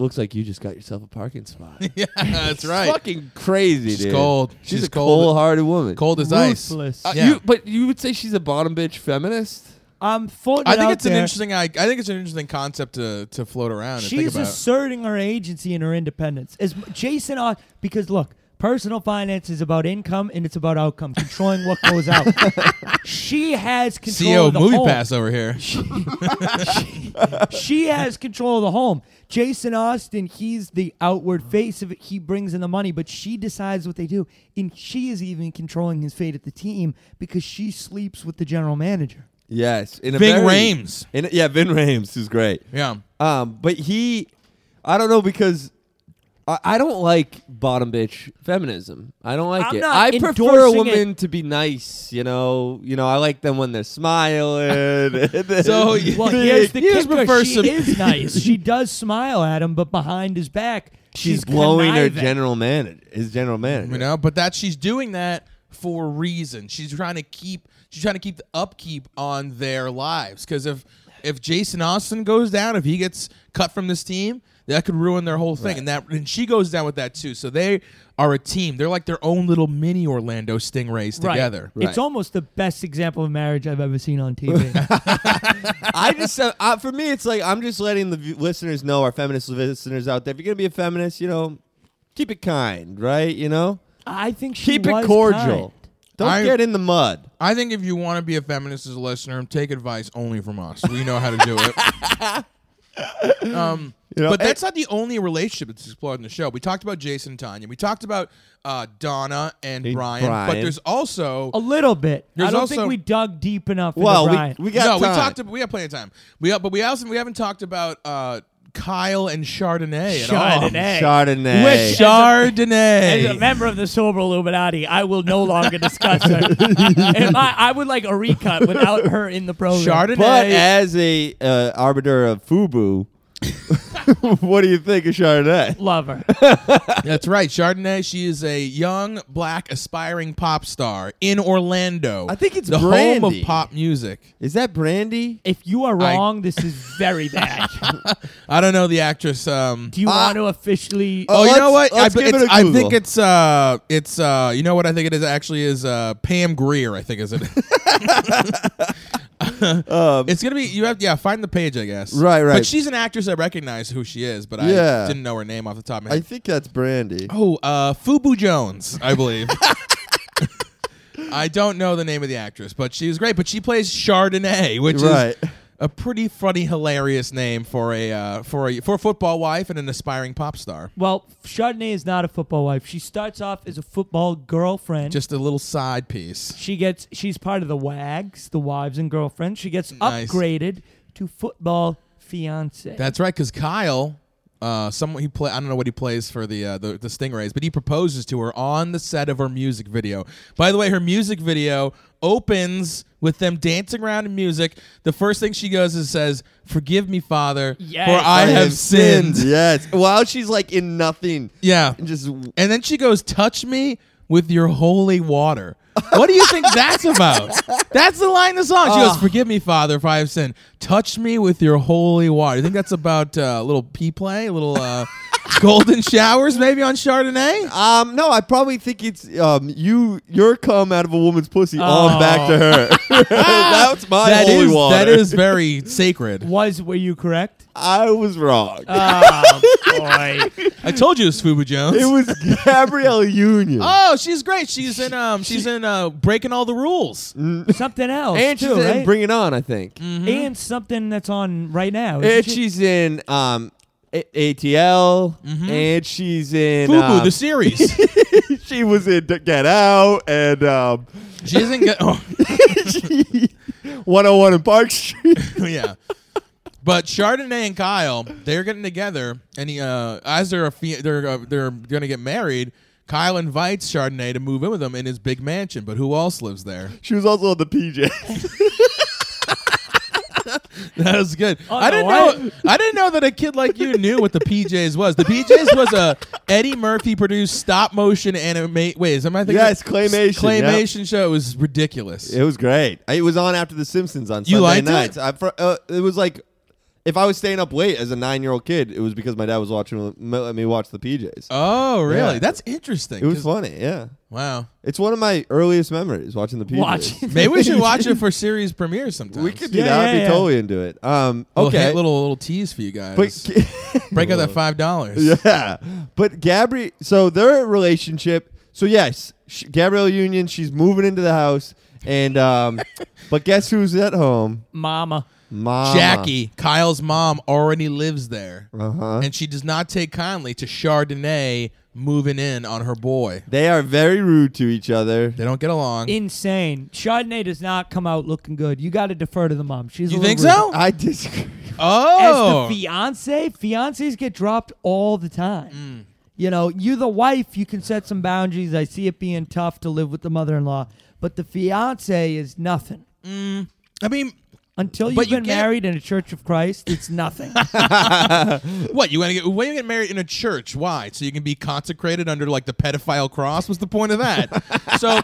Speaker 2: "Looks like you just got yourself a parking spot."
Speaker 3: Yeah, that's
Speaker 2: It's
Speaker 3: right.
Speaker 2: fucking crazy,
Speaker 3: She's
Speaker 2: dude.
Speaker 3: cold.
Speaker 2: She's,
Speaker 3: She's
Speaker 2: a
Speaker 3: cold.
Speaker 2: cold-hearted woman.
Speaker 3: Cold as ice.
Speaker 1: Ruthless.
Speaker 2: Uh,
Speaker 3: Yeah.
Speaker 2: you- but you would say she's a bottom bitch feminist.
Speaker 1: I'm floating.
Speaker 3: I
Speaker 1: it
Speaker 3: think
Speaker 1: out
Speaker 3: it's an
Speaker 1: there.
Speaker 3: interesting. I, I think it's an interesting concept to to float around. and think
Speaker 1: She's
Speaker 3: about.
Speaker 1: asserting her agency and her independence. As Jason, Au- because look, personal finance is about income and it's about outcome, controlling what goes out. she has control
Speaker 3: CEO
Speaker 1: of the
Speaker 3: E Movie
Speaker 1: home.
Speaker 3: Pass over here.
Speaker 1: She has control of the home. Jason Austin, he's the outward face of it. He brings in the money, but she decides what they do, and she is even controlling his fate at the team because she sleeps with the general manager.
Speaker 2: Yes, in a
Speaker 3: Ving
Speaker 2: very-
Speaker 3: Rhames.
Speaker 2: In a- yeah, Vin Rames is great.
Speaker 3: Yeah.
Speaker 2: Um, but he, I don't know because I, I don't like bottom bitch feminism. I don't like
Speaker 1: I'm
Speaker 2: it.
Speaker 1: not
Speaker 2: I prefer a
Speaker 1: endorsing
Speaker 2: woman to be nice. You know, you know, I like them when they're smiling. Oh,
Speaker 3: So,
Speaker 1: Well,
Speaker 3: Big-
Speaker 1: here's the
Speaker 3: here's
Speaker 1: kicker.
Speaker 3: reverse
Speaker 1: She
Speaker 3: sub-
Speaker 1: is nice. She does smile at him, but behind his back,
Speaker 2: she's,
Speaker 1: she's
Speaker 2: blowing her
Speaker 1: conniving.
Speaker 2: general manager. His general manager.
Speaker 3: You know, but that she's doing that for a reason. She's trying to keep she's trying to keep the upkeep on their lives cuz if if Jason Austin goes down, if he gets cut from this team, that could ruin their whole thing. And that and she goes down with that too. So they are a team. They're like their own little mini Orlando Stingrays
Speaker 1: Right.
Speaker 3: together.
Speaker 1: It's almost the best example of marriage I've ever seen on TV.
Speaker 2: I just uh, uh, for me, it's like I'm just letting the v- listeners know, our feminist listeners out there. If you're gonna be a feminist, you know, keep it kind, right? You know,
Speaker 1: I think she
Speaker 2: keep it
Speaker 1: was
Speaker 2: cordial.
Speaker 1: kind.
Speaker 2: Don't
Speaker 3: I-
Speaker 2: get in the mud.
Speaker 3: I think if you want to be a feminist as a listener, take advice only from us. We know how to do it. um,
Speaker 2: You know,
Speaker 3: but
Speaker 2: and-
Speaker 3: that's not the only relationship that's explored in the show. We talked about Jason and Tanya. We talked about uh, Donna and
Speaker 2: And
Speaker 3: Brian, But
Speaker 2: Brian. Oh,
Speaker 3: there's also
Speaker 1: A little bit. I
Speaker 3: There's
Speaker 1: don't
Speaker 3: also-
Speaker 1: think we dug deep enough. into
Speaker 2: Well,
Speaker 1: Brian.
Speaker 2: we, we got
Speaker 3: no. We
Speaker 2: time.
Speaker 3: talked. About, we have plenty of time. We uh, but we also we haven't talked about uh, Kyle and Chardonnay. At all.
Speaker 1: Chardonnay.
Speaker 2: Chardonnay.
Speaker 1: Wish- As a
Speaker 3: Chardonnay.
Speaker 1: member of the sober Illuminati, I will no longer discuss her. and I, I would like a recut without her in the program.
Speaker 3: Chardonnay.
Speaker 2: But as a uh, arbiter of FUBU, what do you think of Chardonnay?
Speaker 1: Love her.
Speaker 3: That's right, Chardonnay. She is a young black aspiring pop star in Orlando.
Speaker 2: I think it's
Speaker 3: the home
Speaker 2: Brandy.
Speaker 3: of pop music.
Speaker 2: Is that brandy?
Speaker 1: If you are wrong, this is very bad.
Speaker 3: I don't know the actress. Um,
Speaker 1: Do you
Speaker 2: Ah.
Speaker 1: want to officially?
Speaker 3: oh, you know
Speaker 2: let's-
Speaker 3: what? I,
Speaker 2: let's
Speaker 3: but
Speaker 2: give
Speaker 3: it's-
Speaker 2: it a
Speaker 3: I
Speaker 2: Google.
Speaker 3: think it's uh, it's uh, you know what I think it is actually is uh, Pam Greer. I think is it.
Speaker 2: Um,
Speaker 3: it's gonna be you have yeah find the page I guess
Speaker 2: Right,
Speaker 3: But
Speaker 2: right.
Speaker 3: she's an actress I recognize who she is, but I
Speaker 2: Yeah.
Speaker 3: didn't know her name off the top of my
Speaker 2: I
Speaker 3: head.
Speaker 2: think that's brandy.
Speaker 3: oh, uh, Fubu Jones, I believe. I don't know the name of the actress, but she was great. But she plays Chardonnay, which
Speaker 2: Right.
Speaker 3: is a pretty funny, hilarious name for a uh, for a for a football wife and an aspiring pop star.
Speaker 1: Well, Chardonnay is not a football wife. She starts off as a football girlfriend.
Speaker 3: Just a little side piece.
Speaker 1: she gets. She's part of the WAGs, the wives and girlfriends. She gets
Speaker 3: Nice.
Speaker 1: upgraded to football fiance.
Speaker 3: That's right, because Kyle, uh, someone he play, I don't know what he plays for the, uh, the the Stingrays, but he proposes to her on the set of her music video. By the way, her music video opens with them dancing around in music. The first thing she goes is says, "Forgive me, Father,
Speaker 1: Yes.
Speaker 3: for I, have, sinned."
Speaker 2: Yes. While she's like in nothing.
Speaker 3: Yeah,
Speaker 2: And just w-
Speaker 3: and then she goes, "Touch me with your holy water." what do you think that's about? That's the line of the song. She goes,
Speaker 2: Ah.
Speaker 3: "Forgive me, Father, if I have sinned. Touch me with your holy water." You think that's about uh, a little pee play, a little uh, golden showers, maybe on Chardonnay?
Speaker 2: um no, I probably think it's um you your cum out of a woman's pussy
Speaker 1: Oh.
Speaker 2: on back to her. that's my
Speaker 3: That
Speaker 2: holy
Speaker 3: is
Speaker 2: water.
Speaker 3: that is very sacred.
Speaker 1: Was were you correct?
Speaker 2: I was wrong.
Speaker 1: Oh boy.
Speaker 3: I told you it was Fubu Jones.
Speaker 2: it was Gabrielle Union.
Speaker 3: oh, she's great. She's in um, she's in uh, breaking all the rules.
Speaker 1: something else
Speaker 2: and she's
Speaker 1: too,
Speaker 2: in
Speaker 1: right? Mm-hmm.
Speaker 2: Bring It On, I think.
Speaker 1: and something that's on right now. isn't
Speaker 2: Mm-hmm. And
Speaker 1: she?
Speaker 2: she's in um, A- ATL, and she's in.
Speaker 3: Fubu,
Speaker 2: um,
Speaker 3: the series.
Speaker 2: she was in D- Get Out and um,
Speaker 3: she isn't. Go- oh.
Speaker 2: 101 in Park Street.
Speaker 3: yeah. But Chardonnay and Kyle, they're getting together, and he, uh, as they're a fia- they're uh, they're gonna get married. Kyle invites Chardonnay to move in with him in his big mansion, but who else lives there?
Speaker 2: she was also on the PJs.
Speaker 3: That was good.
Speaker 1: Oh,
Speaker 3: I didn't
Speaker 1: no,
Speaker 3: know I didn't know that a kid like you knew what the PJs was. The PJs was a Eddie Murphy produced stop motion animate. Wait, is am I thinking?
Speaker 2: Yes, claymation, yeah.
Speaker 3: Claymation show. It was ridiculous.
Speaker 2: it was great. It was on after The Simpsons on
Speaker 3: You
Speaker 2: Sunday
Speaker 3: liked it?
Speaker 2: nights. I, fr- uh, it was like if I was staying up late as a nine year old kid, it was because my dad was watching let me watch the PJs.
Speaker 3: Oh, really?
Speaker 2: Yeah.
Speaker 3: That's interesting.
Speaker 2: it was
Speaker 3: Oh, 'cause-
Speaker 2: funny, yeah.
Speaker 3: Wow.
Speaker 2: It's one of my earliest memories watching the PJs.
Speaker 1: Watching.
Speaker 3: Maybe we should watch it for series premiere sometime.
Speaker 2: We could do
Speaker 1: Yeah,
Speaker 2: that.
Speaker 1: yeah,
Speaker 2: I'd be
Speaker 1: yeah.
Speaker 2: totally into it. Um,
Speaker 3: Little
Speaker 2: okay,
Speaker 3: hint- little little tease for you guys.
Speaker 2: but
Speaker 3: Break out that five dollars.
Speaker 2: Yeah, but Gabri. So their relationship. So yes, sh- Gabrielle Union. She's moving into the house, and um, but guess who's at home?
Speaker 1: Mama.
Speaker 2: Mama.
Speaker 3: Jackie, Kyle's mom, already lives there,
Speaker 2: Uh huh.
Speaker 3: and she does not take kindly to Chardonnay moving in on her boy.
Speaker 2: They are very rude to each other.
Speaker 3: They don't get along.
Speaker 1: Insane. Chardonnay does not come out looking good. You got to defer to the mom. She's
Speaker 3: you
Speaker 1: a little
Speaker 3: think
Speaker 1: rude.
Speaker 3: so?
Speaker 2: I disagree.
Speaker 3: oh,
Speaker 1: As the fiance, fiancés get dropped all the time.
Speaker 3: Mm.
Speaker 1: You know, you the wife, you can set some boundaries. I see it being tough to live with the mother-in-law, but the fiance is nothing.
Speaker 3: I mean,
Speaker 1: Until you've
Speaker 3: But you
Speaker 1: been
Speaker 3: can't-
Speaker 1: married in a Church of Christ, it's nothing.
Speaker 3: what you want to get? Why you get married in a church? Why? So you can be consecrated under like the pedophile cross? What's the point of that? so.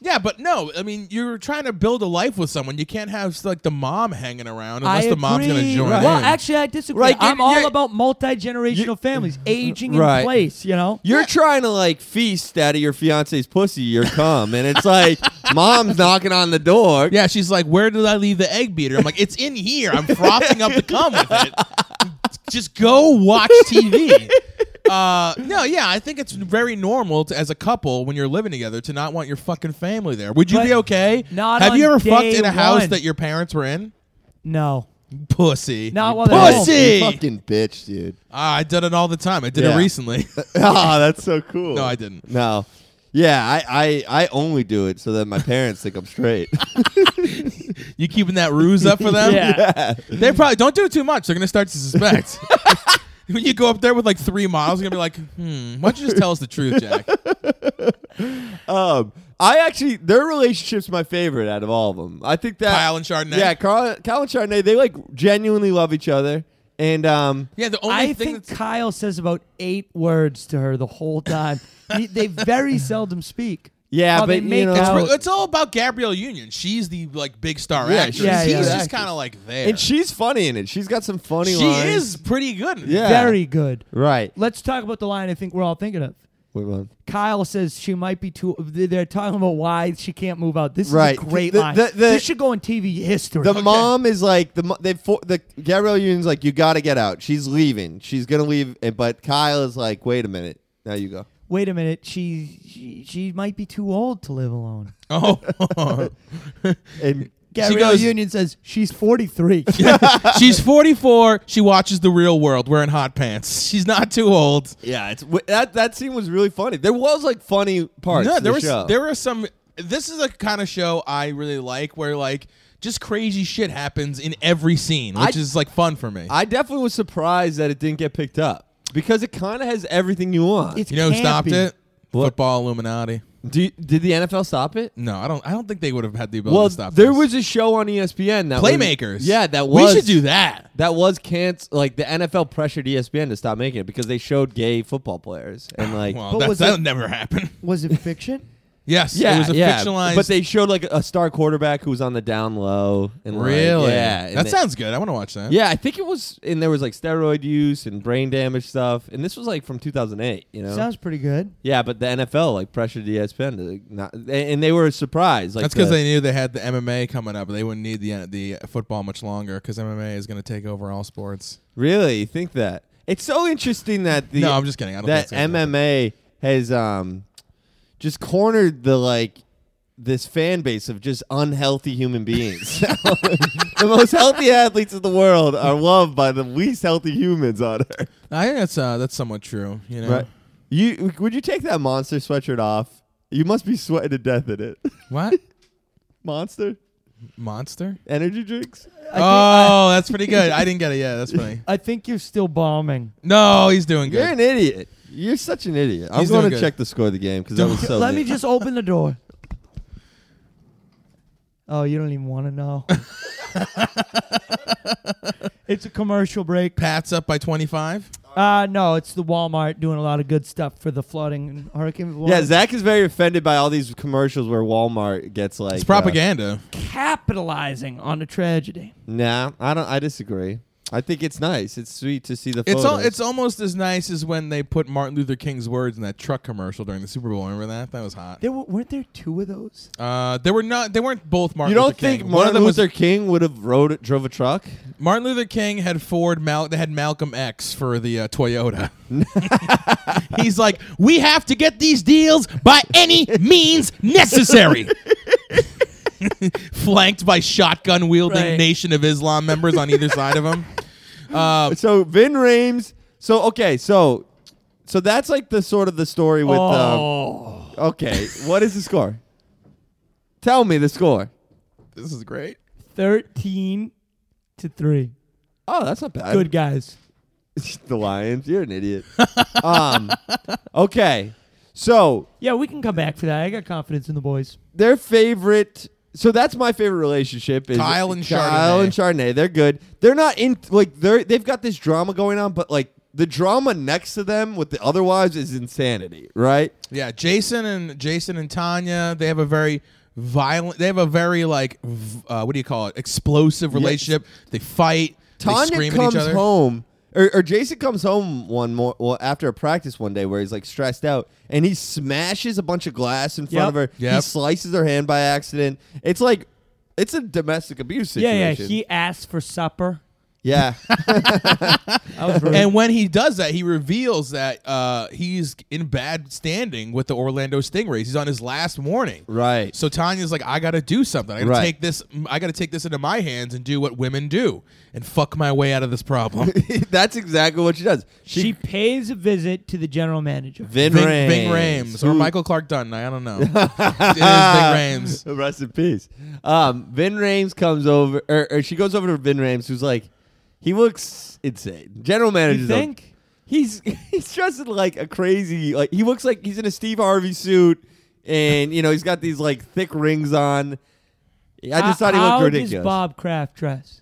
Speaker 3: Yeah, but no. I mean, you're trying to build a life with someone. You can't have like the mom hanging around
Speaker 1: I
Speaker 3: unless the mom's going to
Speaker 1: agree.
Speaker 3: join
Speaker 1: Well,
Speaker 3: in.
Speaker 1: actually, I disagree.
Speaker 2: Right,
Speaker 1: I'm
Speaker 2: you-
Speaker 1: all
Speaker 2: you-
Speaker 1: about multi-generational
Speaker 2: you-
Speaker 1: families, aging
Speaker 2: Right.
Speaker 1: in place. You know,
Speaker 2: You're trying to like feast out of your fiance's pussy, your cum, and it's like mom's knocking on the door.
Speaker 3: Yeah, she's like, "Where did I leave the egg beater?" I'm like, "It's in here. I'm frothing up the cum with it. Just go watch TV." Uh, no, yeah, I think it's very normal to, as a couple when you're living together to not want your fucking family there. Would you
Speaker 1: But
Speaker 3: be okay?
Speaker 1: not
Speaker 3: Have you
Speaker 1: on
Speaker 3: ever fucked
Speaker 1: day
Speaker 3: in a house
Speaker 1: one.
Speaker 3: that your parents were in?
Speaker 1: no,
Speaker 3: Pussy.
Speaker 1: not while they're home.
Speaker 3: Pussy.
Speaker 2: You fucking bitch, dude.
Speaker 3: Ah, I did it all the time. I did
Speaker 2: Yeah.
Speaker 3: it recently.
Speaker 2: oh, that's so cool.
Speaker 3: No, I didn't.
Speaker 2: No. Yeah, I, I, I only do it so that my parents think I'm straight.
Speaker 3: you keeping that ruse up for them?
Speaker 1: Yeah.
Speaker 3: They probably don't do it too much. They're gonna start to suspect. when you go up there with like three models, you're gonna be like, "Hmm, why don't you just tell us the truth, Jack?"
Speaker 2: Um, I actually their relationship's my favorite out of all of them. I think that
Speaker 3: Kyle and Chardonnay?
Speaker 2: Yeah, Kyle, Kyle and Chardonnay. They like genuinely love each other, and um,
Speaker 3: Yeah, the only
Speaker 1: I
Speaker 3: thing
Speaker 1: think
Speaker 3: that's
Speaker 1: Kyle says about eight words to her the whole time. they, they very seldom speak.
Speaker 2: yeah,
Speaker 1: Well,
Speaker 2: but
Speaker 1: they make
Speaker 2: you know,
Speaker 1: out-
Speaker 3: it's, it's all about Gabrielle Union. She's the like big star
Speaker 2: Yeah,
Speaker 3: actress.
Speaker 1: yeah,
Speaker 3: He's
Speaker 1: yeah.
Speaker 3: just kind of like there.
Speaker 2: and she's funny in it. She's got some funny.
Speaker 3: She
Speaker 2: lines.
Speaker 3: is pretty good. in it.
Speaker 2: Yeah.
Speaker 1: Very good.
Speaker 2: right.
Speaker 1: Let's talk about the line I think we're all thinking of.
Speaker 2: Wait, hold on.
Speaker 1: Kyle says she might be too. They're talking about why she can't move out. This
Speaker 2: Right.
Speaker 1: is a great
Speaker 2: The-
Speaker 1: line.
Speaker 2: the- the-
Speaker 1: this should go in TV history.
Speaker 2: The mom is like the mo- they for, the Gabrielle Union's like you got to get out. She's leaving. She's gonna leave. And but Kyle is like, wait a minute. Now you go.
Speaker 1: Wait a minute. She, she she might be too old to live alone.
Speaker 3: Oh,
Speaker 2: And
Speaker 1: Gabrielle
Speaker 3: goes-
Speaker 1: Union says she's 43.
Speaker 3: she's 44. She watches The Real World wearing hot pants. She's not too old.
Speaker 2: yeah, it's w- that that scene was really funny. There was like funny parts.
Speaker 3: No,
Speaker 2: to
Speaker 3: there
Speaker 2: the
Speaker 3: was
Speaker 2: show.
Speaker 3: there were some. This is a kind of show I really like, where like just crazy shit happens in every scene, which
Speaker 2: I-
Speaker 3: is like fun for me.
Speaker 2: I definitely was surprised that it didn't get picked up because it kind of has everything you want.
Speaker 1: It's
Speaker 3: you know who stopped
Speaker 1: campy.
Speaker 3: it? Football Illuminati.
Speaker 2: Do you- did the NFL stop it?
Speaker 3: No, I don't. I don't think they would have had the ability
Speaker 2: Well,
Speaker 3: to stop.
Speaker 2: there
Speaker 3: this.
Speaker 2: was a show on E ESPN that was-
Speaker 3: Playmakers.
Speaker 2: yeah, that was
Speaker 3: We should do that.
Speaker 2: That was can't like the NFL pressured E ESPN to stop making it because they showed gay football players and like
Speaker 3: Well,
Speaker 1: But
Speaker 3: that's,
Speaker 1: was
Speaker 3: that'll
Speaker 1: it-
Speaker 3: never happen.
Speaker 1: Was it fiction?
Speaker 3: Yes,
Speaker 2: yeah,
Speaker 3: it was a
Speaker 2: yeah,
Speaker 3: fictionalized.
Speaker 2: But they showed like a star quarterback who was on the down low and like,
Speaker 3: really,
Speaker 2: yeah, and
Speaker 3: that
Speaker 2: they-
Speaker 3: sounds good. I want to watch that.
Speaker 2: yeah. I think it was and there was like steroid use and brain damage stuff and this was like from 2008. You know,
Speaker 1: Sounds pretty good.
Speaker 2: Yeah, but the NFL like pressured E ESPN to like, not, and they were surprised. Like
Speaker 3: that's because
Speaker 2: the-
Speaker 3: they knew they had the MMA coming up. They wouldn't need the uh, the football much longer because MMA is going to take over all sports.
Speaker 2: really you think that. It's so interesting that the
Speaker 3: no, I'm just kidding. I don't
Speaker 2: that
Speaker 3: think so.
Speaker 2: MMA has um just cornered the like this fan base of just unhealthy human beings. the most healthy athletes in the world are loved by the least healthy humans on earth.
Speaker 3: I think that's uh, that's somewhat true. You know,
Speaker 2: Right? You would you take that monster sweatshirt off? You must be sweating to death in it.
Speaker 3: what
Speaker 2: monster
Speaker 3: monster?
Speaker 2: energy drinks.
Speaker 1: I, think,
Speaker 3: Oh, that's pretty good. I didn't get it. Yeah, that's funny.
Speaker 1: I, I think you're still bombing.
Speaker 3: No, he's doing
Speaker 2: You're
Speaker 3: good.
Speaker 2: an idiot. You're such an idiot. I'm
Speaker 3: He's
Speaker 2: going
Speaker 3: doing
Speaker 2: to
Speaker 3: good.
Speaker 2: check the score of the game because that was so.
Speaker 1: Let me
Speaker 2: neat.
Speaker 1: just open the door. Oh, you don't even want to know. it's a commercial break.
Speaker 3: Pat's up by 25.
Speaker 1: Uh no, it's the Walmart doing a lot of good stuff for the flooding and hurricane.
Speaker 2: Yeah, Zach is very offended by all these commercials where Walmart gets like uh,
Speaker 3: It's propaganda.
Speaker 1: capitalizing on a tragedy.
Speaker 2: Uh, nah, I don't. I disagree. I think it's nice. It's sweet to see the
Speaker 3: It's
Speaker 2: photos.
Speaker 3: all, it's almost as nice as when they put Martin Luther King's words in that truck commercial during the Super Bowl. Remember that? That was hot.
Speaker 1: There were, weren't there two of those.
Speaker 3: Uh, they were not. They weren't both Martin.
Speaker 2: you don't
Speaker 3: Luther
Speaker 2: think
Speaker 3: King. One of
Speaker 2: Martin
Speaker 3: them was
Speaker 2: Luther King would have rode drove a truck?
Speaker 3: Martin Luther King had Ford. Mal- they had Malcolm X for the uh, Toyota. He's like, we have to get these deals by any means necessary. Flanked by shotgun wielding
Speaker 1: Right.
Speaker 3: Nation of Islam members on either side of him. Uh,
Speaker 2: So Vin Rames. So okay, so so that's like the sort of the story with.
Speaker 1: um, oh,
Speaker 2: Um, okay, what is the score? Tell me the score.
Speaker 3: this is great.
Speaker 1: 13 to three.
Speaker 2: Oh, that's not bad.
Speaker 1: Good guys.
Speaker 2: the Lions. You're an idiot. um, okay, so
Speaker 1: Yeah, we can come back for that. I got confidence in the boys.
Speaker 2: their favorite. So that's my favorite relationship is
Speaker 3: Kyle and
Speaker 2: Kyle
Speaker 3: Chardonnay.
Speaker 2: and Chardonnay. They're good. They're not in like they're they've got this drama going on, but like the drama next to them with the other wives is insanity, right?
Speaker 3: Yeah, Jason and Jason and Tanya, they have a very violent. They have a very like, v- uh, what do you call it? Explosive relationship. They fight. they
Speaker 2: Tanya
Speaker 3: scream
Speaker 2: comes
Speaker 3: at each other.
Speaker 2: home, or, or Jason comes home one more well after a practice one day where he's like stressed out, and he smashes a bunch of glass in front
Speaker 1: Yep.
Speaker 2: of her. He
Speaker 3: Yep.
Speaker 2: slices her hand by accident. It's like it's a domestic abuse situation.
Speaker 1: Yeah, yeah. He asked for supper.
Speaker 2: yeah.
Speaker 1: I was rude.
Speaker 3: And when he does that, he reveals that uh, he's in bad standing with the Orlando Stingrays. He's on his last warning.
Speaker 2: right.
Speaker 3: So Tanya's like, I gotta do something. I gotta
Speaker 2: Right.
Speaker 3: take this. I gotta take this into my hands and do what women do and fuck my way out of this problem.
Speaker 2: That's exactly what she does.
Speaker 1: she, pays a visit to the general manager.
Speaker 2: Vin,
Speaker 3: Ving,
Speaker 2: Rames.
Speaker 3: Ving Rames or
Speaker 2: who-
Speaker 3: Michael Clark Dunn. I don't know. it is Ving Rames.
Speaker 2: Rest in peace. Um, Vin Rames comes over, or, or she goes over to Vin Rames, who's like, he looks insane. General manager.
Speaker 1: You think?
Speaker 2: He's he's dressed like a crazy like he looks like he's in a Steve Harvey suit and you know he's got these like thick rings on. I just
Speaker 1: How-
Speaker 2: thought he
Speaker 1: how
Speaker 2: looked
Speaker 1: does
Speaker 2: ridiculous. Bob
Speaker 1: Bob Kraft dress?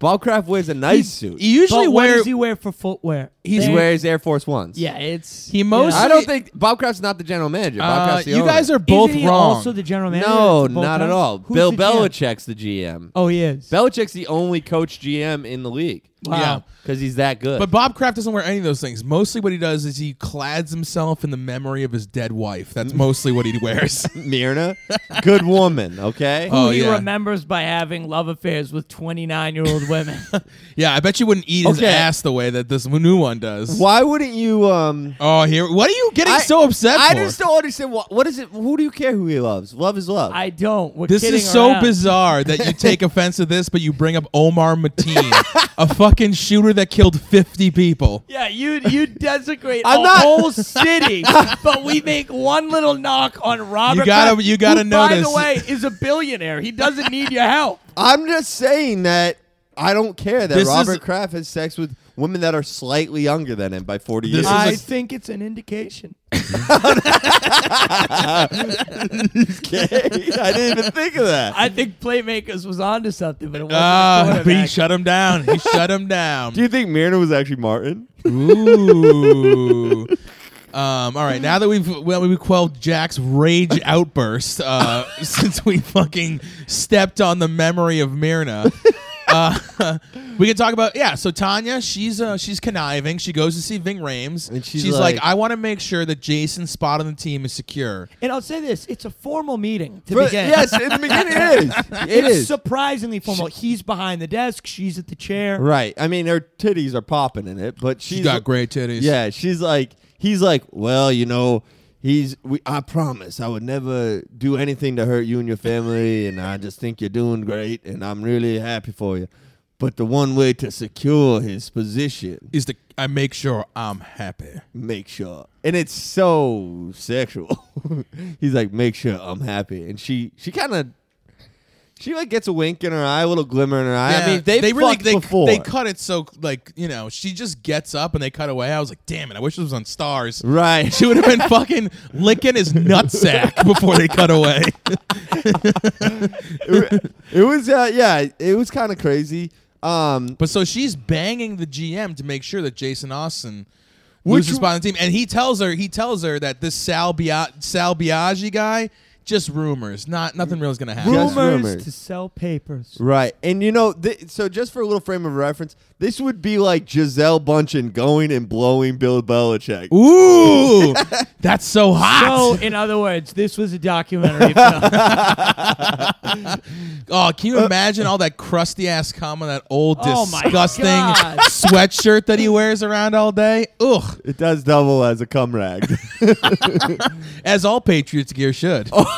Speaker 2: Bobcraft wears a nice suit.
Speaker 3: He usually
Speaker 1: but what
Speaker 3: wear.
Speaker 1: does he wear for footwear?
Speaker 3: e-, He's
Speaker 2: He
Speaker 1: There-
Speaker 2: wears Air Force Ones.
Speaker 1: e-, Yeah, it's
Speaker 3: He most-
Speaker 2: I don't think Bobcraft's not the general manager.
Speaker 3: Uh,
Speaker 2: Bobcraft's the
Speaker 3: you
Speaker 2: owner.
Speaker 3: guys are
Speaker 1: Isn't
Speaker 3: both
Speaker 1: he
Speaker 3: wrong.
Speaker 1: Also, the general manager.
Speaker 2: no,
Speaker 1: at both
Speaker 2: not at
Speaker 1: times?
Speaker 2: all.
Speaker 1: Who's
Speaker 2: Bill
Speaker 1: the GM?
Speaker 2: Belichick's the GM.
Speaker 1: Oh, he is.
Speaker 2: Belichick's the only coach GM in the league.
Speaker 1: Wow.
Speaker 3: Yeah.
Speaker 2: Because he's that good.
Speaker 3: But Bob Kraft doesn't wear any of those things. Mostly what he does is he clads himself in the memory of his dead wife. That's mostly what he wears.
Speaker 2: Myrna, good woman, okay?
Speaker 3: Oh,
Speaker 1: Who he
Speaker 3: yeah.
Speaker 1: remembers by having love affairs with 29 year old women.
Speaker 3: yeah, I bet you wouldn't eat his
Speaker 2: Okay.
Speaker 3: ass the way that this new one does.
Speaker 2: Why wouldn't you um
Speaker 3: Oh, here. What are you getting
Speaker 2: I-
Speaker 3: so upset
Speaker 2: I
Speaker 3: for?
Speaker 2: just don't understand what what is it who do you care who he loves? Love is love.
Speaker 1: I don't. We're
Speaker 3: this
Speaker 1: kidding
Speaker 3: is so
Speaker 1: around.
Speaker 3: bizarre that you take offense to this, but you bring up Omar Mateen, a fucking shooter that killed 50 people.
Speaker 1: Yeah, you you desecrate
Speaker 2: I'm
Speaker 1: a
Speaker 2: not-
Speaker 1: whole city, but we make one little knock on Robert.
Speaker 3: You gotta-
Speaker 1: Kraft,
Speaker 3: you gotta
Speaker 1: who, By
Speaker 3: notice.
Speaker 1: the way, is a billionaire. He doesn't need your help.
Speaker 2: I'm just saying that I don't care that
Speaker 3: This
Speaker 2: Robert
Speaker 3: is-
Speaker 2: Kraft has sex with women that are slightly younger than him by 40
Speaker 3: This
Speaker 2: years.
Speaker 3: is a- I
Speaker 1: think it's an indication.
Speaker 2: okay. I didn't even think of that.
Speaker 1: I think Playmakers was onto something, but it wasn't.
Speaker 3: Ah,
Speaker 1: Uh,
Speaker 3: he shut him down. He shut him down.
Speaker 2: do you think Myrna was actually Martin?
Speaker 3: Ooh. Um, all right, now that we've well, we've quelled Jack's rage outburst uh, since we fucking stepped on the memory of Myrna, uh, we can talk about yeah. So Tanya, she's uh, she's conniving. She goes to see Ving Rames,
Speaker 2: And she's
Speaker 3: like,
Speaker 2: like-
Speaker 3: "I want to make sure that Jason's spot on the team is secure."
Speaker 1: and I'll say this: it's a formal meeting to
Speaker 2: For-
Speaker 1: begin.
Speaker 2: yes, in the beginning it is. It
Speaker 1: it's
Speaker 2: is.
Speaker 1: surprisingly formal. He's behind the desk. She's at the chair.
Speaker 2: right. I mean her titties are popping in it, but she's
Speaker 3: She's got great titties.
Speaker 2: Yeah, she's like, he's like, well, you know, he's. We, I promise, I would never do anything to hurt you and your family, and I just think you're doing great, and I'm really happy for you. But the one way to secure his position,
Speaker 3: is the I make sure I'm happy.
Speaker 2: make sure, and it's so sexual. he's like, make sure I'm happy, and she, she kind of. She like gets a wink in her eye, a little glimmer in her eye. I
Speaker 3: Yeah,
Speaker 2: mean, they,
Speaker 3: really
Speaker 2: fucked
Speaker 3: they,
Speaker 2: before.
Speaker 3: they cut it so like you know she just gets up and they cut away. I was like, damn it! I wish this was on stars.
Speaker 2: right.
Speaker 3: She would have been fucking licking his nutsack before they cut away.
Speaker 2: it was uh, yeah, it was kind of crazy. Um,
Speaker 3: But so she's banging the GM to make sure that Jason Austin
Speaker 2: Which
Speaker 3: loses spot on the team, and he tells her he tells her that this Sal, Bia- Sal Biaggi guy just rumors. Not nothing real is gonna happen.
Speaker 2: Just
Speaker 1: Rumors,
Speaker 2: rumors.
Speaker 1: to sell papers.
Speaker 2: Right. And you know, th- so just for a little frame of reference, this would be like Giselle Buncheon going and blowing Bill Belichick.
Speaker 3: Ooh, that's so hot.
Speaker 4: So, in other words, this was a documentary film.
Speaker 3: oh, can you imagine all that crusty ass cum on that old
Speaker 4: uh, Oh my
Speaker 3: disgusting
Speaker 4: God.
Speaker 3: sweatshirt that he wears around all day? Ugh,
Speaker 2: It does double as a cum rag.
Speaker 3: as all Patriots gear should. Oh,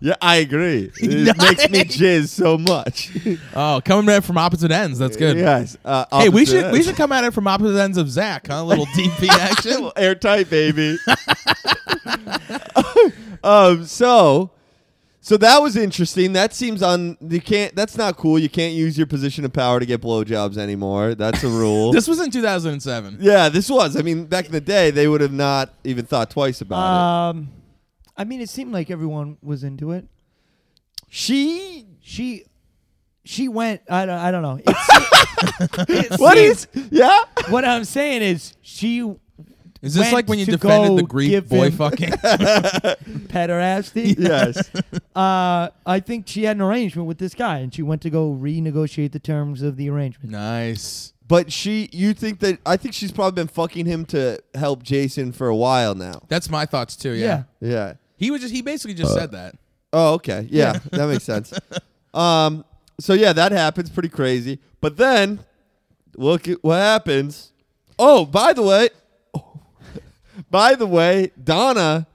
Speaker 2: yeah, I agree. It makes me jizz so much.
Speaker 3: Oh, coming at it from opposite ends. That's good.
Speaker 2: yes. Uh,
Speaker 3: Hey, we
Speaker 2: opposite
Speaker 3: should we
Speaker 2: ends.
Speaker 3: should come at it from opposite ends of Zach, huh? A little DP action.
Speaker 2: airtight, baby. um, so, so that was interesting. That seems on you can't. That's not cool. You can't use your position of power to get blowjobs anymore. That's a rule.
Speaker 3: This was in 2007.
Speaker 2: yeah, this was. I mean, back in the day, they would have not even thought twice about it.
Speaker 1: Um, I mean, it seemed like everyone was into it.
Speaker 2: She.
Speaker 1: She, she went. I don't. I don't know. It se- it
Speaker 2: What
Speaker 1: seemed-
Speaker 2: is? Yeah.
Speaker 1: What I'm saying is, she
Speaker 3: Is this
Speaker 1: Went
Speaker 3: like when you
Speaker 1: to
Speaker 3: defended
Speaker 1: go
Speaker 3: the Greek
Speaker 1: give
Speaker 3: boy
Speaker 1: him-
Speaker 3: fucking?
Speaker 1: pederasty.
Speaker 2: Yes.
Speaker 1: Uh, I think she had an arrangement with this guy, and she went to go renegotiate the terms of the arrangement.
Speaker 3: nice.
Speaker 2: But she, you think that? I think she's probably been fucking him to help Jason for a while now.
Speaker 3: That's my thoughts too. Yeah.
Speaker 1: Yeah.
Speaker 2: Yeah.
Speaker 3: He was just he basically
Speaker 2: Uh,
Speaker 3: just said that.
Speaker 2: Oh, okay. Yeah, that makes sense. Um, so yeah, that happens pretty crazy. But then look at what happens. Oh, by the way, by the way, Donna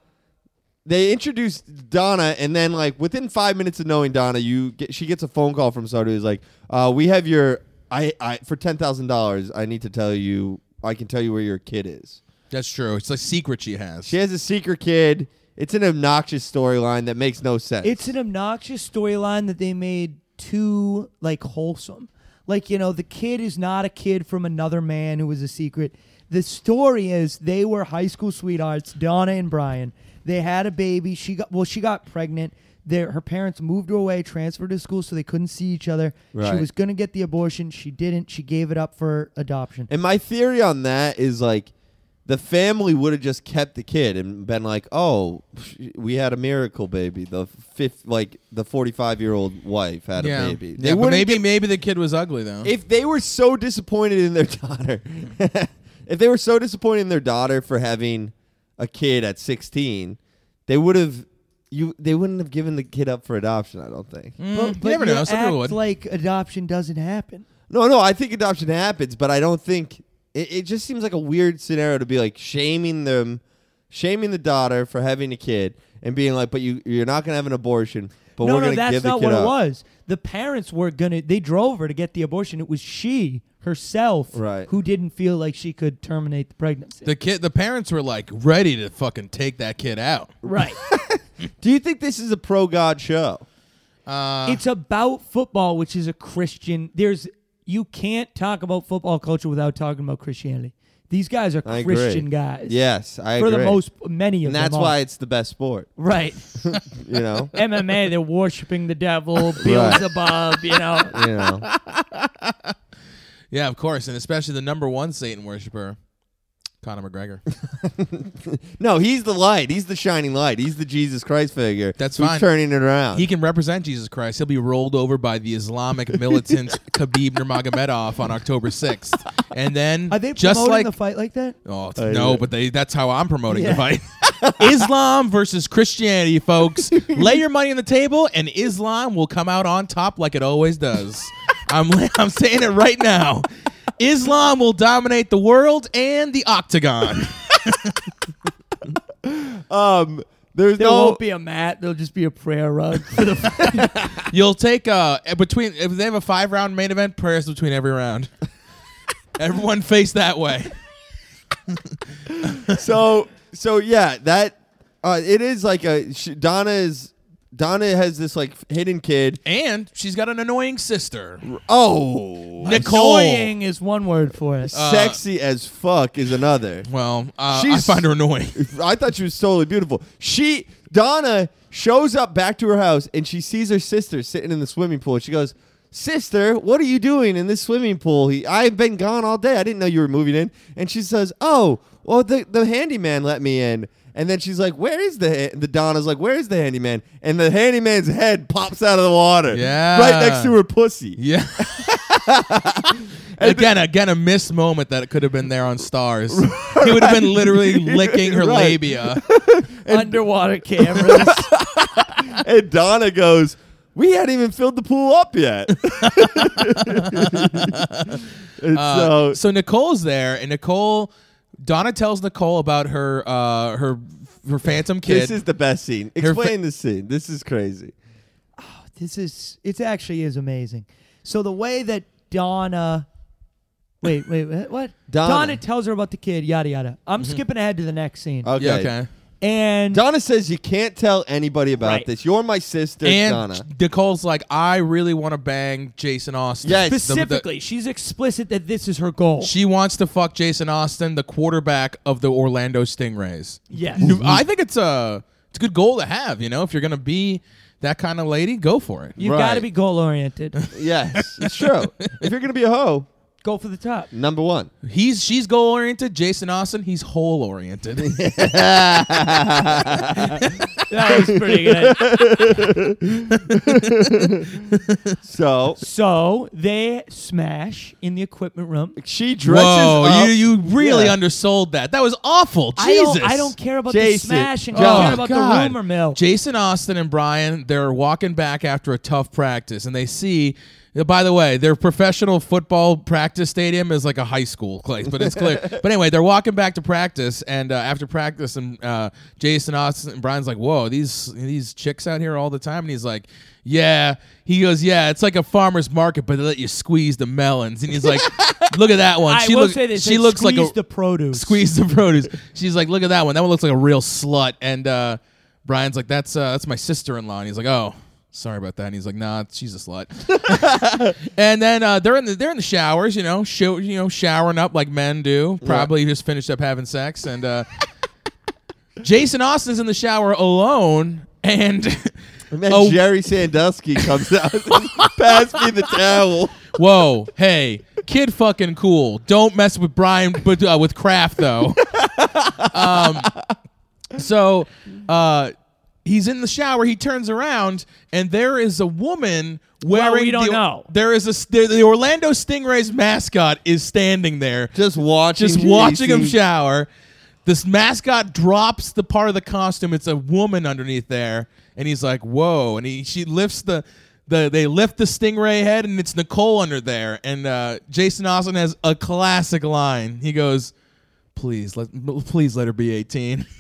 Speaker 2: they introduced Donna and then like within 5 minutes of knowing Donna, you get she gets a phone call from somebody who's like, "Uh, we have your I I for $10,000, I need to tell you I can tell you where your kid is."
Speaker 3: That's true. It's a secret she has.
Speaker 2: She has a secret kid. It's an obnoxious storyline that makes no sense.
Speaker 1: It's an obnoxious storyline that they made too like wholesome. Like you know, the kid is not a kid from another man who was a secret. The story is they were high school sweethearts, Donna and Brian. They had a baby. She got well, she got pregnant. Their, her parents moved her away, transferred to school, so they couldn't see each other. She
Speaker 2: Right.
Speaker 1: was gonna get the abortion. She didn't. She gave it up for adoption.
Speaker 2: And my theory on that is like the family would have just kept the kid and been like, "Oh, we had a miracle baby." The fifth like the 45-year-old wife had
Speaker 3: yeah.
Speaker 2: a baby. They
Speaker 3: Yeah, but
Speaker 2: wouldn't
Speaker 3: maybe
Speaker 2: get-
Speaker 3: maybe the kid was ugly though.
Speaker 2: if they were so disappointed in their daughter. if they were so disappointed in their daughter for having a kid at 16, they would have you they wouldn't have given the kid up for adoption, I don't think.
Speaker 3: Mm,
Speaker 1: but
Speaker 3: you
Speaker 1: but
Speaker 3: never
Speaker 1: you
Speaker 3: know. Some people
Speaker 1: act
Speaker 3: would.
Speaker 1: like adoption doesn't happen.
Speaker 2: No, no, I think adoption happens, but I don't think it, it just seems like a weird scenario to be like shaming them, shaming the daughter for having a kid and being like, but you you're not gonna have an abortion, but
Speaker 1: no,
Speaker 2: we're
Speaker 1: no,
Speaker 2: gonna
Speaker 1: that's
Speaker 2: give the
Speaker 1: not
Speaker 2: kid
Speaker 1: what
Speaker 2: up.
Speaker 1: it was. The parents were gonna. They drove her to get the abortion. It was she herself
Speaker 2: Right.
Speaker 1: who didn't feel like she could terminate the pregnancy.
Speaker 3: the kid the parents were like ready to fucking take that kid out.
Speaker 1: right.
Speaker 2: Do you think this is a pro God show?
Speaker 3: Uh,
Speaker 1: it's about football, which is a Christian. There's you can't talk about football culture without talking about Christianity. These guys are
Speaker 2: I agree.
Speaker 1: Christian guys.
Speaker 2: Yes, I
Speaker 1: For
Speaker 2: agree.
Speaker 1: the most many of
Speaker 2: and
Speaker 1: them.
Speaker 2: that's
Speaker 1: are.
Speaker 2: why it's the best sport,
Speaker 1: Right.
Speaker 2: you know.
Speaker 1: MMA, they're worshiping the devil, Beelzebub, you know.
Speaker 2: you know,
Speaker 3: yeah, of course, and especially the number one Satan worshiper, Conor McGregor.
Speaker 2: no, he's the light. He's the shining light. He's the Jesus Christ figure.
Speaker 3: That's
Speaker 2: who's
Speaker 3: fine.
Speaker 2: turning it around.
Speaker 3: He can represent Jesus Christ. He'll be rolled over by the Islamic militant Khabib Nurmagomedov on October 6th. And then
Speaker 1: Are they
Speaker 3: just
Speaker 1: promoting
Speaker 3: like
Speaker 1: the fight like that?
Speaker 3: Oh
Speaker 2: I
Speaker 3: no,
Speaker 2: know.
Speaker 3: but they that's how I'm promoting the
Speaker 1: Yeah.
Speaker 3: fight. Islam versus Christianity, folks. Lay your money on the table and Islam will come out on top like it always does. I'm I'm saying it right now. Islam will dominate the world and the octagon.
Speaker 2: um, there's
Speaker 1: There
Speaker 2: no.
Speaker 1: won't be a mat. There'll just be a prayer rug for the
Speaker 3: You'll take uh between if they have a 5 round main event, prayers between every round. Everyone face that way.
Speaker 2: so so yeah that uh, it is like a sh- donna is donna has this like hidden kid
Speaker 3: And she's got an annoying sister.
Speaker 2: oh
Speaker 3: Nicole.
Speaker 1: Annoying is one word for it.
Speaker 2: sexy as fuck is another
Speaker 3: Well, uh, I
Speaker 2: She's-
Speaker 3: find her annoying.
Speaker 2: i thought she was totally beautiful she donna shows up back to her house and she sees her sister sitting in the swimming pool and she goes Sister, what are you doing in this swimming pool? He, I've been gone all day. I didn't know you were moving in. And she says, Oh, well, the, the handyman let me in. And then she's like, Where is the. Ha-? The Donna's like, Where is the handyman? And the handyman's head pops out of the water.
Speaker 3: Yeah.
Speaker 2: Right next to her pussy.
Speaker 3: Yeah. again, again, a missed moment that could have been there on stars. He would have been literally licking her
Speaker 2: Right.
Speaker 3: labia.
Speaker 4: Underwater cameras.
Speaker 2: And Donna goes, We hadn't even filled the pool up yet. and
Speaker 3: Uh,
Speaker 2: so,
Speaker 3: so Nicole's there, and Nicole, Donna tells Nicole about her uh, her her phantom kid.
Speaker 2: this is the best scene.
Speaker 3: Her fa-
Speaker 2: Explain this scene. This is crazy.
Speaker 1: This is it. Actually, is amazing. So the way that Donna, wait, wait, wait, what?
Speaker 2: Donna.
Speaker 1: tells her about the kid. Yada yada. I'm skipping ahead to the next scene.
Speaker 2: Okay.
Speaker 3: Yeah, okay.
Speaker 1: and
Speaker 2: Uh, Donna says you can't tell anybody about
Speaker 4: Right.
Speaker 2: this. You're my sister,
Speaker 3: and
Speaker 2: Donna.
Speaker 3: Nicole's like, I really want to bang Jason Austin.
Speaker 2: Yes.
Speaker 3: The- the-
Speaker 4: Specifically, she's explicit that this is her goal.
Speaker 3: she wants to fuck Jason Austin, the quarterback of the Orlando Stingrays.
Speaker 4: yes.
Speaker 3: I think it's a it's a good goal to have. You know, if you're gonna be that kind of lady, go for it.
Speaker 1: you got
Speaker 2: Right.
Speaker 1: to be goal oriented.
Speaker 2: Yes, it's true. if you're gonna be a hoe,
Speaker 1: Go for the top.
Speaker 2: number one.
Speaker 3: He's she's goal oriented. Jason Austin, he's hole oriented.
Speaker 4: That was pretty good.
Speaker 2: So
Speaker 1: So they smash in the equipment room.
Speaker 2: she dresses
Speaker 3: Whoa,
Speaker 2: up.
Speaker 3: you you really
Speaker 2: Yeah.
Speaker 3: undersold that. That was awful. Jesus.
Speaker 1: I don't, I don't care about
Speaker 2: Jason.
Speaker 1: the smash and
Speaker 2: Oh,
Speaker 1: I care about the
Speaker 3: God.
Speaker 1: rumor mill.
Speaker 3: Jason Austin and Brian, they're walking back after a tough practice, and they see. By the way, their professional football practice stadium is like a high school place, but it's clear. but anyway, they're walking back to practice, and uh, after practice, and uh, Jason Austin and Brian's like, "Whoa, these these chicks out here all the time," and he's like, "Yeah." He goes, "Yeah, it's like a farmer's market, but they let you squeeze the melons." And he's like, "Look at that one.
Speaker 4: I
Speaker 3: she
Speaker 4: will
Speaker 3: look-
Speaker 4: say this.
Speaker 3: She looks like a
Speaker 1: the produce.
Speaker 3: squeeze the produce. She's like, look at that one. That one looks like a real slut. And uh, Brian's like, that's uh, that's my sister in law. And he's like, oh, sorry about that. And he's like, nah, she's a slut. and then uh, they're in the they're in the showers, you know, sho- you know, showering up like men do. Probably just finished up having sex. And uh, Jason Austin's in the shower alone. And
Speaker 2: And then
Speaker 3: Oh.
Speaker 2: Jerry Sandusky comes out. and Pass me the towel.
Speaker 3: whoa, hey, kid, fucking cool. Don't mess with Brian, but uh, with Kraft though. Um, So uh, he's in the shower. He turns around, and there is a woman wearing.
Speaker 4: we don't
Speaker 3: the,
Speaker 4: know.
Speaker 3: There is a s- the, the Orlando Stingrays mascot is standing there,
Speaker 2: Just watching.
Speaker 3: just watching him
Speaker 2: Jason.
Speaker 3: shower. This mascot drops the part of the costume. It's a woman underneath there, and he's like, "Whoa!" And he she lifts the. The, they lift the stingray head and it's Nicole under there. And uh, Jason Austin has a classic line. He goes, "Please let, please let her be 18."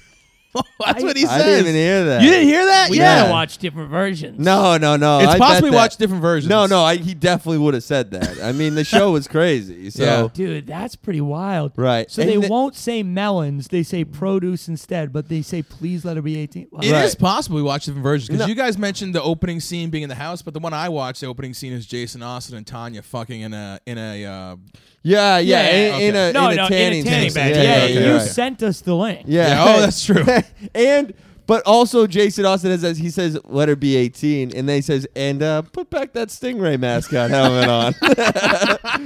Speaker 3: That's what he
Speaker 2: I
Speaker 3: says.
Speaker 2: didn't even hear that.
Speaker 3: You didn't hear that?
Speaker 4: We
Speaker 3: yeah.
Speaker 4: gotta watch different versions.
Speaker 2: No, no, no.
Speaker 3: It's
Speaker 2: I bet
Speaker 3: possible we
Speaker 2: that-
Speaker 3: watched different versions.
Speaker 2: No, no. I, he definitely would have said that. I mean, the show was crazy. So
Speaker 3: Yeah.
Speaker 1: Dude, that's pretty wild.
Speaker 2: Right.
Speaker 1: So
Speaker 2: And
Speaker 1: they
Speaker 2: the-
Speaker 1: won't say melons, they say produce instead, but they say please let her be 18. Wow.
Speaker 3: It is
Speaker 2: Right.
Speaker 3: possible we watched different versions because
Speaker 2: No.
Speaker 3: you guys mentioned the opening scene being in the house, but the one I watched, the opening scene is Jason Austin and Tanya fucking in a in a. Uh,
Speaker 2: yeah, yeah.
Speaker 4: Yeah,
Speaker 2: in, in
Speaker 4: okay.
Speaker 2: a,
Speaker 4: No,
Speaker 2: in a
Speaker 4: no, in a
Speaker 2: tanning,
Speaker 4: tanning
Speaker 2: bed.
Speaker 4: bed.
Speaker 2: Yeah,
Speaker 1: Yeah,
Speaker 2: yeah,
Speaker 3: yeah,
Speaker 1: you
Speaker 3: right.
Speaker 1: sent us the link.
Speaker 2: Yeah.
Speaker 3: Yeah, oh, that's true.
Speaker 2: and but also Jason Austin has, he says, "Let her be 18," and then he says, "And uh, put back that stingray mascot helmet on."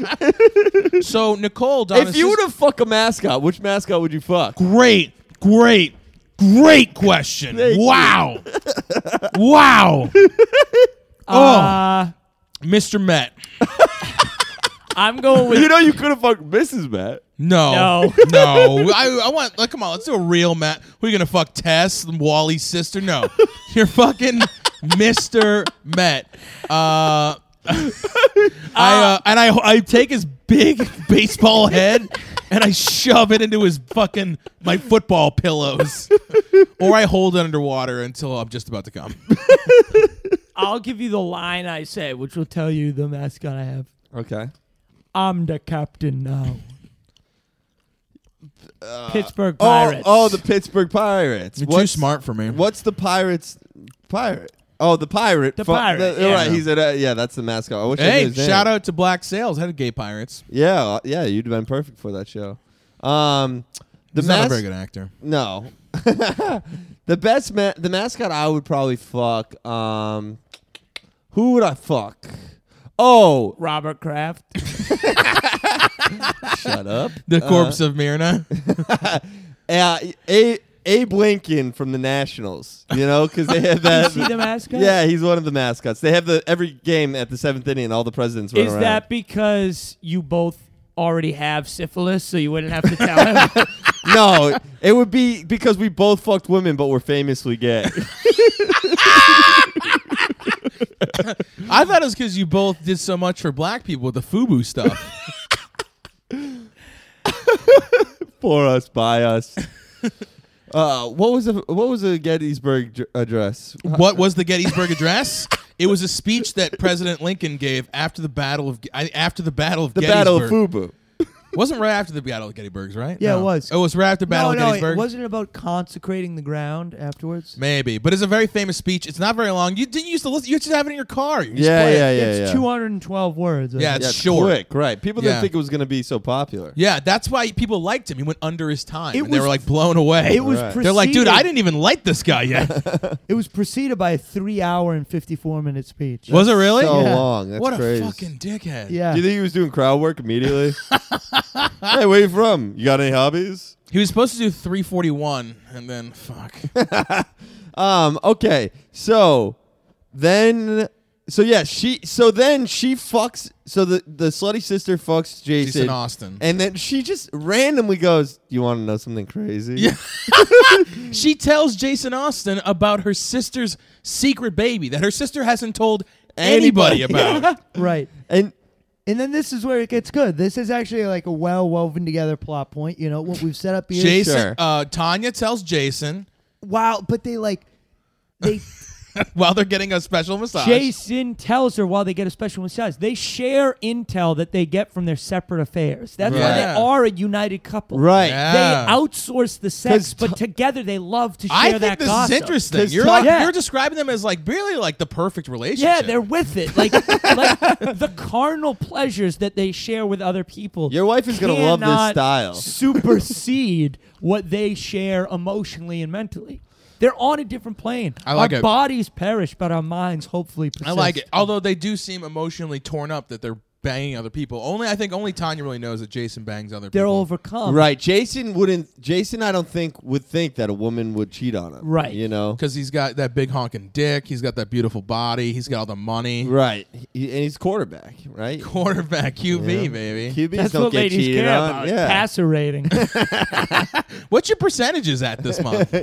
Speaker 3: so Nicole, Donna,
Speaker 2: if you would have fuck a mascot, which mascot would you fuck?
Speaker 3: great, great, great question.
Speaker 2: Thank you.
Speaker 3: wow, wow,
Speaker 2: Oh.
Speaker 4: Uh,
Speaker 3: Mr. Met.
Speaker 4: I'm going with
Speaker 2: You know, you could have fucked Mrs. Matt.
Speaker 4: No.
Speaker 3: No, no. I, I want like, come on, let's do a real Matt. Who are you gonna fuck? Tess, Wally's sister? No, you're fucking Mister Met. Uh, I uh, and I I take his big baseball head and I shove it into his fucking my football pillows, or I hold it underwater until I'm just about to come.
Speaker 4: I'll give you the line I say, which will
Speaker 1: I'll tell you the mascot I have.
Speaker 2: Okay.
Speaker 1: I'm the captain now.
Speaker 4: Pittsburgh
Speaker 2: Oh,
Speaker 4: Pirates.
Speaker 2: oh, the Pittsburgh Pirates.
Speaker 3: You're too
Speaker 2: What's-
Speaker 3: smart for me.
Speaker 2: What's the Pirates pirate? Oh, the pirate.
Speaker 4: The
Speaker 2: Fu-
Speaker 4: pirate,
Speaker 2: all
Speaker 4: yeah.
Speaker 2: Right. He's at. Uh, yeah, that's the mascot. I wish I knew
Speaker 3: Hey,
Speaker 2: his name.
Speaker 3: shout out to Black Sales, head of Gay Pirates.
Speaker 2: Yeah, uh, yeah, you'd have been perfect for that show. Um, the
Speaker 3: He's not a
Speaker 2: mas-
Speaker 3: very good actor.
Speaker 2: No. the best ma- the mascot I would probably fuck. Um, who would I fuck? Oh,
Speaker 4: Robert Kraft.
Speaker 2: shut up.
Speaker 3: The corpse of Myrna.
Speaker 2: Uh, a Abe Lincoln from the Nationals, you know, because they have that.
Speaker 4: Is he the mascot?
Speaker 2: Yeah, he's one of the mascots. They have the every game at the seventh inning, all the presidents run
Speaker 4: Is
Speaker 2: around.
Speaker 4: that because you both already have syphilis, so you wouldn't have to tell him?
Speaker 2: no, it would be because we both fucked women, but we're famously gay.
Speaker 3: I thought it was because you both did so much for black people with the FUBU stuff.
Speaker 2: For us, by us. Uh, what was the what was the Gettysburg dr- address?
Speaker 3: what was the Gettysburg Address? It was a speech that President Lincoln gave after the Battle of I- after the Battle of
Speaker 2: The
Speaker 3: Gettysburg.
Speaker 2: Battle of Fubu.
Speaker 3: It wasn't right after the Battle of Gettysburg, right?
Speaker 1: Yeah, it
Speaker 3: No.
Speaker 1: was.
Speaker 3: It was right after the
Speaker 1: no,
Speaker 3: Battle of
Speaker 1: no, it
Speaker 3: Gettysburg.
Speaker 1: wasn't about consecrating the ground afterwards.
Speaker 3: Maybe, but it's a very famous speech. It's not very long. You didn't used to listen. You used to have it in your car. You just
Speaker 2: Yeah,
Speaker 3: play it.
Speaker 2: yeah, yeah,
Speaker 1: it's
Speaker 2: yeah.
Speaker 1: 212 words. I
Speaker 3: Yeah,
Speaker 1: think.
Speaker 3: it's
Speaker 2: Yeah,
Speaker 3: short.
Speaker 2: quick, right? People
Speaker 3: Yeah.
Speaker 2: didn't think it was going to be so popular.
Speaker 3: Yeah, that's why people liked him. He went under his time.
Speaker 1: It
Speaker 3: and they
Speaker 1: was-
Speaker 3: were like blown away.
Speaker 1: It was
Speaker 2: Right.
Speaker 1: preceded,
Speaker 3: They're like, dude, I didn't even like this guy yet.
Speaker 1: It was preceded by a three-hour and 54-minute speech.
Speaker 3: was it really?
Speaker 2: So
Speaker 1: Yeah.
Speaker 2: long. That's
Speaker 3: what
Speaker 2: crazy.
Speaker 3: a fucking dickhead.
Speaker 1: Yeah.
Speaker 2: Do you think he was doing crowd work immediately? hey, where you from? You got any hobbies?
Speaker 3: He was supposed to do 341, and then fuck.
Speaker 2: Um, okay. So then so yeah, she so then she fucks so the the slutty sister fucks Jason,
Speaker 3: Jason Austin.
Speaker 2: And then she just randomly goes, "You want to know something crazy?"
Speaker 3: Yeah. She tells Jason Austin about her sister's secret baby that her sister hasn't told anybody,
Speaker 2: Anybody.
Speaker 3: about.
Speaker 1: right.
Speaker 2: And
Speaker 1: And then this is where it gets good. This is actually like a well woven together plot point. You know what we've set up here.
Speaker 3: Jason,
Speaker 2: Sure.
Speaker 3: uh, Tanya tells Jason
Speaker 1: Wow, but they like they
Speaker 3: while they're getting a special massage.
Speaker 4: Jason tells her while they get a special massage, they share intel that they get from their separate affairs. That's why
Speaker 3: Right.
Speaker 4: they are a united couple.
Speaker 2: right.
Speaker 3: Yeah.
Speaker 4: They outsource the
Speaker 2: 'Cause
Speaker 4: sex, but
Speaker 2: t-
Speaker 4: together they love to share
Speaker 3: I think
Speaker 4: that
Speaker 3: this
Speaker 4: gossip.
Speaker 3: is interesting.
Speaker 2: 'Cause
Speaker 3: You're
Speaker 2: Ta-
Speaker 3: like
Speaker 4: Yeah.
Speaker 3: you're describing them as like really like the perfect relationship.
Speaker 4: Yeah, they're with it. Like, like the carnal pleasures that they share with other people.
Speaker 2: Your wife is gonna love this
Speaker 4: cannot
Speaker 2: style.
Speaker 4: Supersede what they share emotionally and mentally. They're on a different plane.
Speaker 3: I like
Speaker 4: our
Speaker 3: it.
Speaker 4: bodies perish, but our minds hopefully persist.
Speaker 3: I like it. Oh. Although they do seem emotionally torn up that they're banging other people. Only I think only Tanya really knows that Jason bangs other
Speaker 4: They're
Speaker 3: people.
Speaker 4: overcome.
Speaker 2: Right. Jason wouldn't Jason I don't think would think that a woman would cheat on him.
Speaker 4: Right.
Speaker 2: You know.
Speaker 3: because he's got that big honking dick. He's got that beautiful body. He's got all the money.
Speaker 2: Right. He, and he's quarterback, right?
Speaker 3: Quarterback QB, baby.
Speaker 2: QBs
Speaker 4: That's
Speaker 2: don't
Speaker 4: what
Speaker 2: get
Speaker 4: ladies
Speaker 2: cheated
Speaker 4: care
Speaker 2: on.
Speaker 4: about.
Speaker 2: Yeah.
Speaker 4: Passer rating.
Speaker 3: What's your percentages at this month?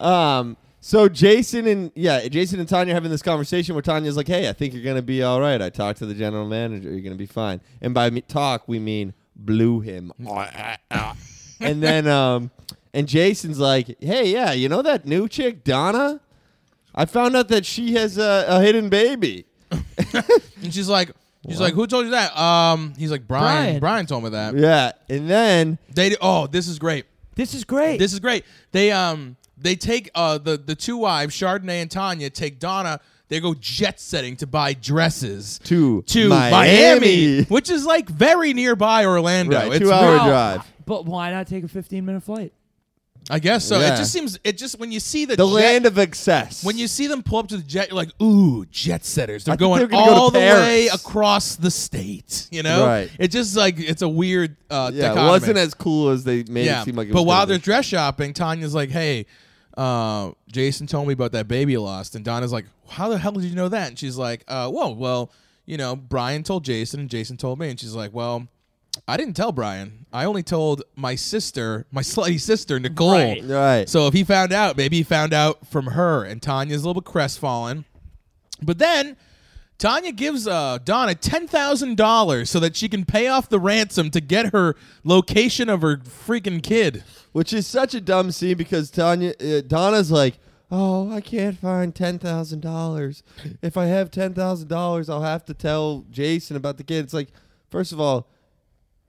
Speaker 2: Um. So Jason and yeah, Jason and Tanya are having this conversation where Tanya's like, "Hey, I think you're gonna be all right. I talked to the general manager. You're gonna be fine." And by me- talk, we mean blew him. and then um, and Jason's like, "Hey, yeah, you know that new chick, Donna? I found out that she has a, a hidden baby."
Speaker 3: And she's like, she's like, who told you that? Um, he's like, Brian. Brian,
Speaker 4: Brian.
Speaker 3: told me that.
Speaker 2: Yeah. And then
Speaker 3: They oh, this is great.
Speaker 4: this is great.
Speaker 3: This is great. They um they take uh the the two wives, Chardonnay and Tanya, take Donna. They go jet setting to buy dresses
Speaker 2: To
Speaker 3: to Miami,
Speaker 2: Miami.
Speaker 3: which is like very nearby Orlando.
Speaker 2: right,
Speaker 3: It's
Speaker 2: two hour
Speaker 3: real-
Speaker 2: drive.
Speaker 4: but why not take a 15 minute flight?
Speaker 3: I guess so.
Speaker 2: Yeah.
Speaker 3: It just seems it just when you see the,
Speaker 2: The
Speaker 3: jet-
Speaker 2: land of excess.
Speaker 3: when you see them pull up to the jet, you're like, ooh, jet setters. They're
Speaker 2: I think
Speaker 3: going
Speaker 2: they're gonna go to
Speaker 3: all the
Speaker 2: Paris.
Speaker 3: way across the state. You know,
Speaker 2: Right.
Speaker 3: It's just like it's a weird. Uh,
Speaker 2: yeah, it
Speaker 3: dichotomy.
Speaker 2: wasn't as cool as they made
Speaker 3: yeah.
Speaker 2: it seem like. It
Speaker 3: but
Speaker 2: was
Speaker 3: while
Speaker 2: gonna
Speaker 3: they're
Speaker 2: be.
Speaker 3: dress shopping, Tanya's like, "Hey, uh, Jason told me about that baby you lost," and Donna's like, "How the hell did you know that?" And she's like, uh, "Whoa, well, you know, Brian told Jason, and Jason told me," and she's like, "Well." I didn't tell Brian. I only told my sister, my slutty sister, Nicole.
Speaker 4: Right.
Speaker 2: right,
Speaker 3: So if he found out, maybe he found out from her, and Tanya's a little bit crestfallen. But then Tanya gives uh, Donna ten thousand dollars so that she can pay off the ransom to get her location of her freaking kid.
Speaker 2: Which is such a dumb scene because Tanya uh, Donna's like, "Oh, I can't find ten thousand dollars. If I have ten thousand dollars, I'll have to tell Jason about the kid." It's like, first of all,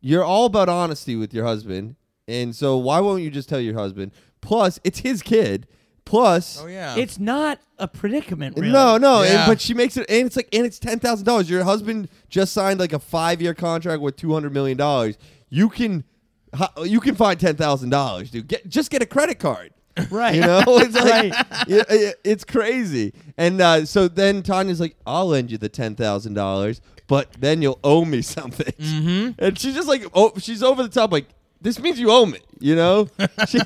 Speaker 2: you're all about honesty with your husband, and so why won't you just tell your husband? Plus, it's his kid. Plus,
Speaker 3: Oh, yeah,
Speaker 4: It's not a predicament, really.
Speaker 2: no, no.
Speaker 3: Yeah.
Speaker 2: And, but she makes it, and it's like, and it's ten thousand dollars. Your husband just signed like a five-year contract with two hundred million dollars. You can, ho- you can find ten thousand dollars, dude. Get just get a credit card.
Speaker 4: Right.
Speaker 2: You know, it's like yeah, yeah, it's crazy. And uh, so then Tanya's like, "I'll lend you the ten thousand dollars, but then you'll owe me something. Mm-hmm. And she's just like, oh, she's over the top, like, this means you owe me, you know? she,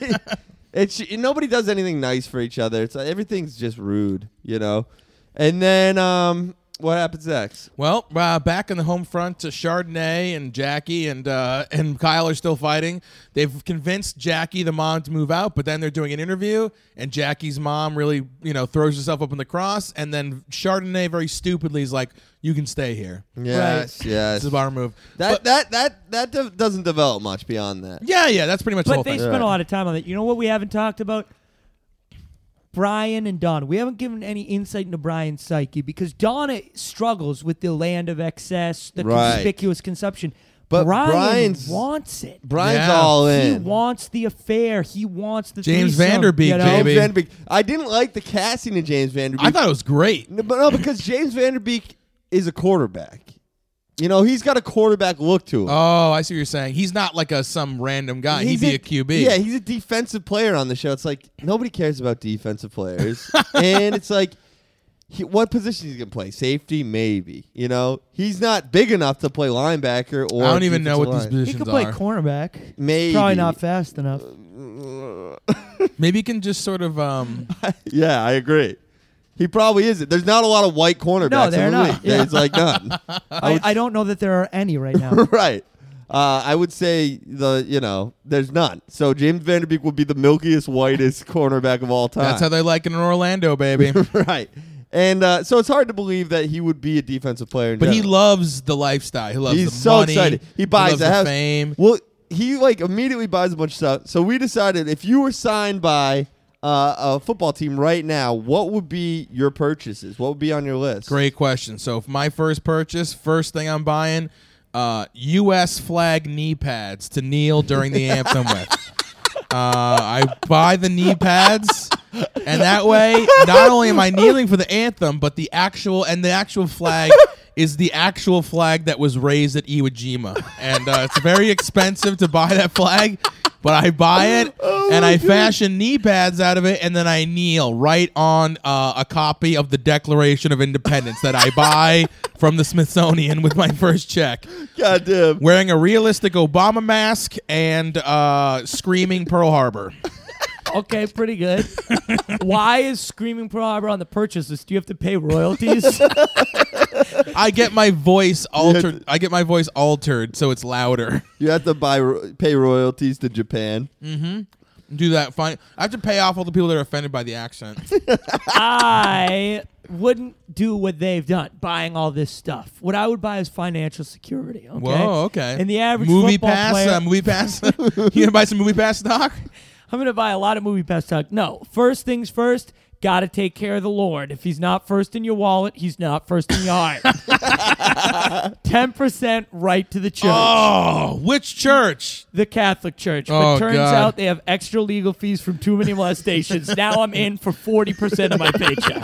Speaker 2: and she, and nobody does anything nice for each other. It's like, everything's just rude, you know? And then um, what happens next?
Speaker 3: Well, uh, back in the home front, uh, Chardonnay and Jackie and uh, and Kyle are still fighting. They've convinced Jackie the mom to move out, but then they're doing an interview, and Jackie's mom really you know throws herself up in the cross, and then Chardonnay very stupidly is like, "You can stay here."
Speaker 2: Yes, yes.
Speaker 3: This is our move.
Speaker 2: That
Speaker 3: But-
Speaker 2: that that that de- doesn't develop much beyond that.
Speaker 3: yeah, yeah. That's pretty much the whole
Speaker 1: But they
Speaker 3: thing.
Speaker 1: spent a lot of time on that. You know what we haven't talked about? Brian and Donna. We haven't given any insight into Brian's psyche because Donna struggles with the land of excess, the
Speaker 2: Right.
Speaker 1: conspicuous consumption.
Speaker 2: But
Speaker 1: Brian
Speaker 2: Brian's-
Speaker 1: wants it.
Speaker 2: Brian's
Speaker 3: Yeah.
Speaker 2: all
Speaker 1: he
Speaker 2: in.
Speaker 1: wants the affair. He wants the
Speaker 3: James
Speaker 1: threesome,
Speaker 3: Vanderbeek,
Speaker 1: you know?
Speaker 3: baby.
Speaker 2: James Vanderbeek. I didn't like the casting of James Vanderbeek.
Speaker 3: I thought it was great.
Speaker 2: No, but no, because James Vanderbeek is a quarterback. You know, he's got a quarterback look to him.
Speaker 3: Oh, I see what you're saying. He's not like a some random guy.
Speaker 2: He's
Speaker 3: He'd be a, QB.
Speaker 2: Yeah, he's a defensive player on the show. It's like nobody cares about defensive players, and it's like, he, what position he's gonna play? Safety, maybe. You know, he's not big enough to play linebacker or.
Speaker 3: I don't even know what these
Speaker 2: defensive line.
Speaker 5: He
Speaker 3: positions
Speaker 5: could play
Speaker 3: are.
Speaker 5: cornerback.
Speaker 2: Maybe Uh,
Speaker 5: Probably not fast enough.
Speaker 3: Maybe you can just sort of um,
Speaker 2: Uh. yeah, I agree. He probably isn't. There's not a lot of white cornerbacks.
Speaker 1: No, there
Speaker 2: in the
Speaker 1: are not.
Speaker 2: league. There's like none.
Speaker 5: I, I don't know that there are any right now.
Speaker 2: right. Uh, I would say the you know there's none. So James Vanderbeek would be the milkiest, whitest cornerback of all time.
Speaker 3: That's how they like it in Orlando, baby.
Speaker 2: right. And uh, so it's hard to believe that he would be a defensive player. In
Speaker 3: But he
Speaker 2: general.
Speaker 3: loves the lifestyle. He loves
Speaker 2: he's
Speaker 3: the
Speaker 2: so
Speaker 3: money.
Speaker 2: excited. He buys
Speaker 3: loves
Speaker 2: a
Speaker 3: the
Speaker 2: house.
Speaker 3: fame.
Speaker 2: Well, he like immediately buys a bunch of stuff. So we decided if you were signed by uh, a football team right now, what would be your purchases? What would be on your list?
Speaker 3: Great question. So, if my first purchase, first thing I'm buying, uh, U.S. flag knee pads to kneel during the anthem with. Uh, I buy the knee pads, and that way, not only am I kneeling for the anthem, but the actual and the actual flag is the actual flag that was raised at Iwo Jima, and uh, it's very expensive to buy that flag. But I buy it and I fashion knee pads out of it, and then I kneel right on uh, a copy of the Declaration of Independence that I buy from the Smithsonian with my first check
Speaker 2: God damn.
Speaker 3: wearing a realistic Obama mask and uh, screaming Pearl Harbor.
Speaker 1: Okay, pretty good. Why is Screaming Pearl Harbor on the purchase list? Do you have to pay royalties?
Speaker 3: I get my voice altered. I get my voice altered so it's louder.
Speaker 2: You have to buy ro- pay royalties to Japan.
Speaker 3: Do that fine. I have to pay off all the people that are offended by the accent.
Speaker 1: I wouldn't do what they've done, buying all this stuff. What I would buy is financial security. Okay?
Speaker 3: Whoa, okay.
Speaker 1: And the average
Speaker 3: movie
Speaker 1: football
Speaker 3: pass,
Speaker 1: player,
Speaker 3: uh, movie pass. you gonna buy some movie pass stock?
Speaker 1: I'm going to buy a lot of movie pass stock. No, first things first. Got to take care of the Lord. If he's not first in your wallet, he's not first in your heart. Ten percent right to the church,
Speaker 3: Oh, which church?
Speaker 1: the Catholic Church. But
Speaker 3: Oh,
Speaker 1: turns
Speaker 3: God.
Speaker 1: out they have extra legal fees from too many molestations. now I'm in for forty percent of my paycheck.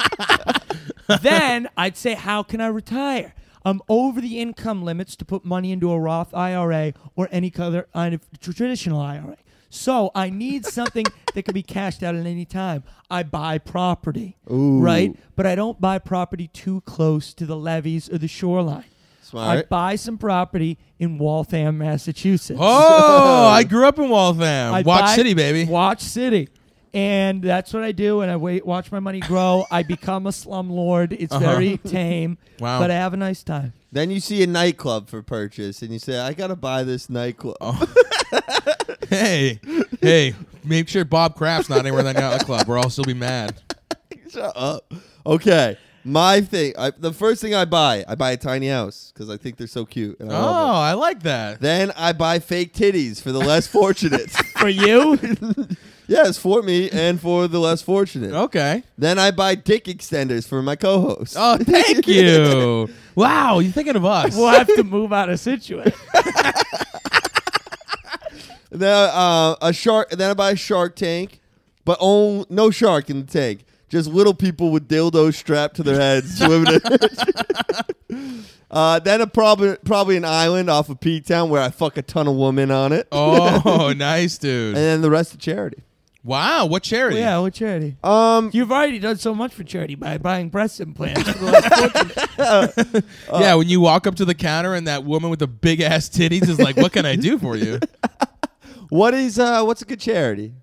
Speaker 1: then I'd say, how can I retire? I'm over the income limits to put money into a Roth IRA or any other kind of tr- traditional IRA. So I need something that can be cashed out at any time. I buy property, right? But I don't buy property too close to the levees or the shoreline. I
Speaker 2: Smart.
Speaker 1: buy some property in Waltham, Massachusetts.
Speaker 3: Oh, I grew up in Waltham.
Speaker 1: I
Speaker 3: Watch
Speaker 1: buy-
Speaker 3: City, baby.
Speaker 1: Watch City. And that's what I do. And I wait, watch my money grow. I become a slumlord. It's very tame.
Speaker 3: Uh-huh. Wow.
Speaker 1: But I have a nice time.
Speaker 2: Then you see a nightclub for purchase, and you say, "I gotta buy this nightclub." Oh,
Speaker 3: hey, hey, make sure Bob Kraft's not anywhere in that club, or I'll still be mad.
Speaker 2: Shut up. Okay. My thing, I, the first thing I buy, I buy a tiny house because I think they're so cute. And I
Speaker 3: Oh,
Speaker 2: love them.
Speaker 3: I like that.
Speaker 2: Then I buy fake titties for the less fortunate.
Speaker 1: For you?
Speaker 2: yes, for me and for the less fortunate.
Speaker 3: Okay.
Speaker 2: Then I buy dick extenders for my co host.
Speaker 3: Oh, thank you. wow, you're thinking of us.
Speaker 1: we'll have to move out of Situate.
Speaker 2: Then, uh, a shark, then I buy a shark tank, but on, no shark in the tank. Just little people with dildos strapped to their heads swimming in it. Uh, then a probably probably an island off of P Town where I fuck a ton of women on it.
Speaker 3: Oh, nice, dude.
Speaker 2: and then the rest of charity.
Speaker 3: Wow, what charity?
Speaker 1: yeah, what charity?
Speaker 2: Um,
Speaker 4: You've already done so much for charity by buying breast implants. for the last fortune.
Speaker 3: yeah, uh, when you walk up to the counter and that woman with the big ass titties is like, "What can I do for you?"
Speaker 2: what is uh, what's a good charity?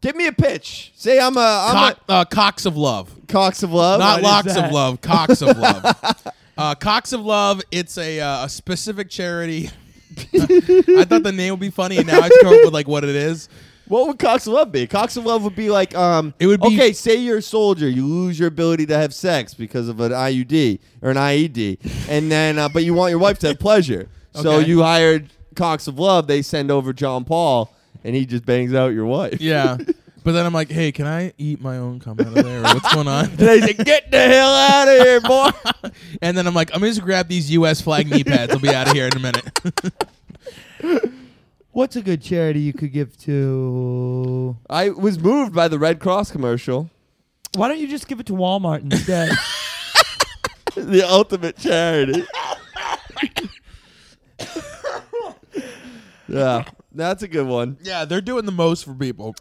Speaker 2: Give me a pitch. Say I'm a I'm
Speaker 3: Cock, uh, cocks of love,
Speaker 2: a Cox of Love.
Speaker 3: not
Speaker 2: What
Speaker 3: locks
Speaker 2: is
Speaker 3: of
Speaker 2: that?
Speaker 3: love. Cocks of love. Uh, cocks of love. It's a, uh, a specific charity. I thought the name would be funny, and now I have come up with like what it is.
Speaker 2: What would Cox of Love be? Cox of Love would be like um.
Speaker 3: It would be-
Speaker 2: okay. Say you're a soldier, you lose your ability to have sex because of an IUD or an IED, and then uh, but you want your wife to have pleasure, so
Speaker 3: Okay.
Speaker 2: you hired Cox of Love. They send over John Paul, and he just bangs out your wife.
Speaker 3: Yeah, but then I'm like, "Hey, can I eat my own cum out of there? Or what's going on?"
Speaker 2: They say, "Get the hell out of here, boy!"
Speaker 3: And then I'm like, I'm gonna just grab these U.S. flag knee pads. I'll be out of here in a minute.
Speaker 1: What's a good charity you could give to?
Speaker 2: I was moved by the Red Cross commercial.
Speaker 4: Why don't you just give it to Walmart instead?
Speaker 2: the ultimate charity. yeah, that's a good one.
Speaker 3: yeah, they're doing the most for people.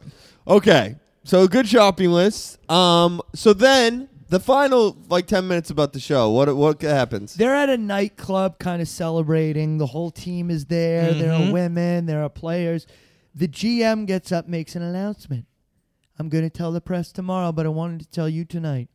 Speaker 2: Okay, so a good shopping list. Um, so then the final like ten minutes about the show. What what happens?
Speaker 1: They're at a nightclub kind of celebrating. The whole team is there. There are
Speaker 4: Mm-hmm.
Speaker 3: Mhm.
Speaker 1: women, there are players. The GM gets up, makes an announcement. I'm going to tell the press tomorrow, but I wanted to tell you tonight.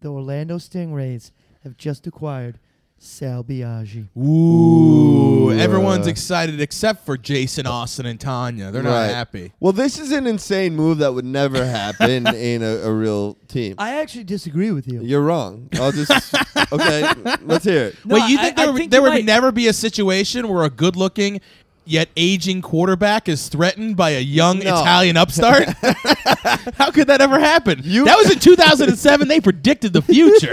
Speaker 1: The Orlando Stingrays have just acquired Sal Biaggi.
Speaker 3: Ooh,
Speaker 2: Ooh.
Speaker 3: everyone's excited except for Jason, Austin, and Tanya. They're not
Speaker 2: Right.
Speaker 3: happy.
Speaker 2: Well, this is an insane move that would never happen in a, a real team.
Speaker 1: I actually disagree with you.
Speaker 2: You're wrong. I'll just okay. Let's hear it.
Speaker 4: No,
Speaker 3: Wait, you
Speaker 4: I-
Speaker 3: think
Speaker 4: I
Speaker 3: there,
Speaker 4: think
Speaker 3: there
Speaker 4: you
Speaker 3: would
Speaker 4: might.
Speaker 3: never be a situation where a good-looking yet aging quarterback is threatened by a young
Speaker 2: No.
Speaker 3: Italian upstart? How could that ever happen?
Speaker 2: You-
Speaker 3: that was in 2007. they predicted the future.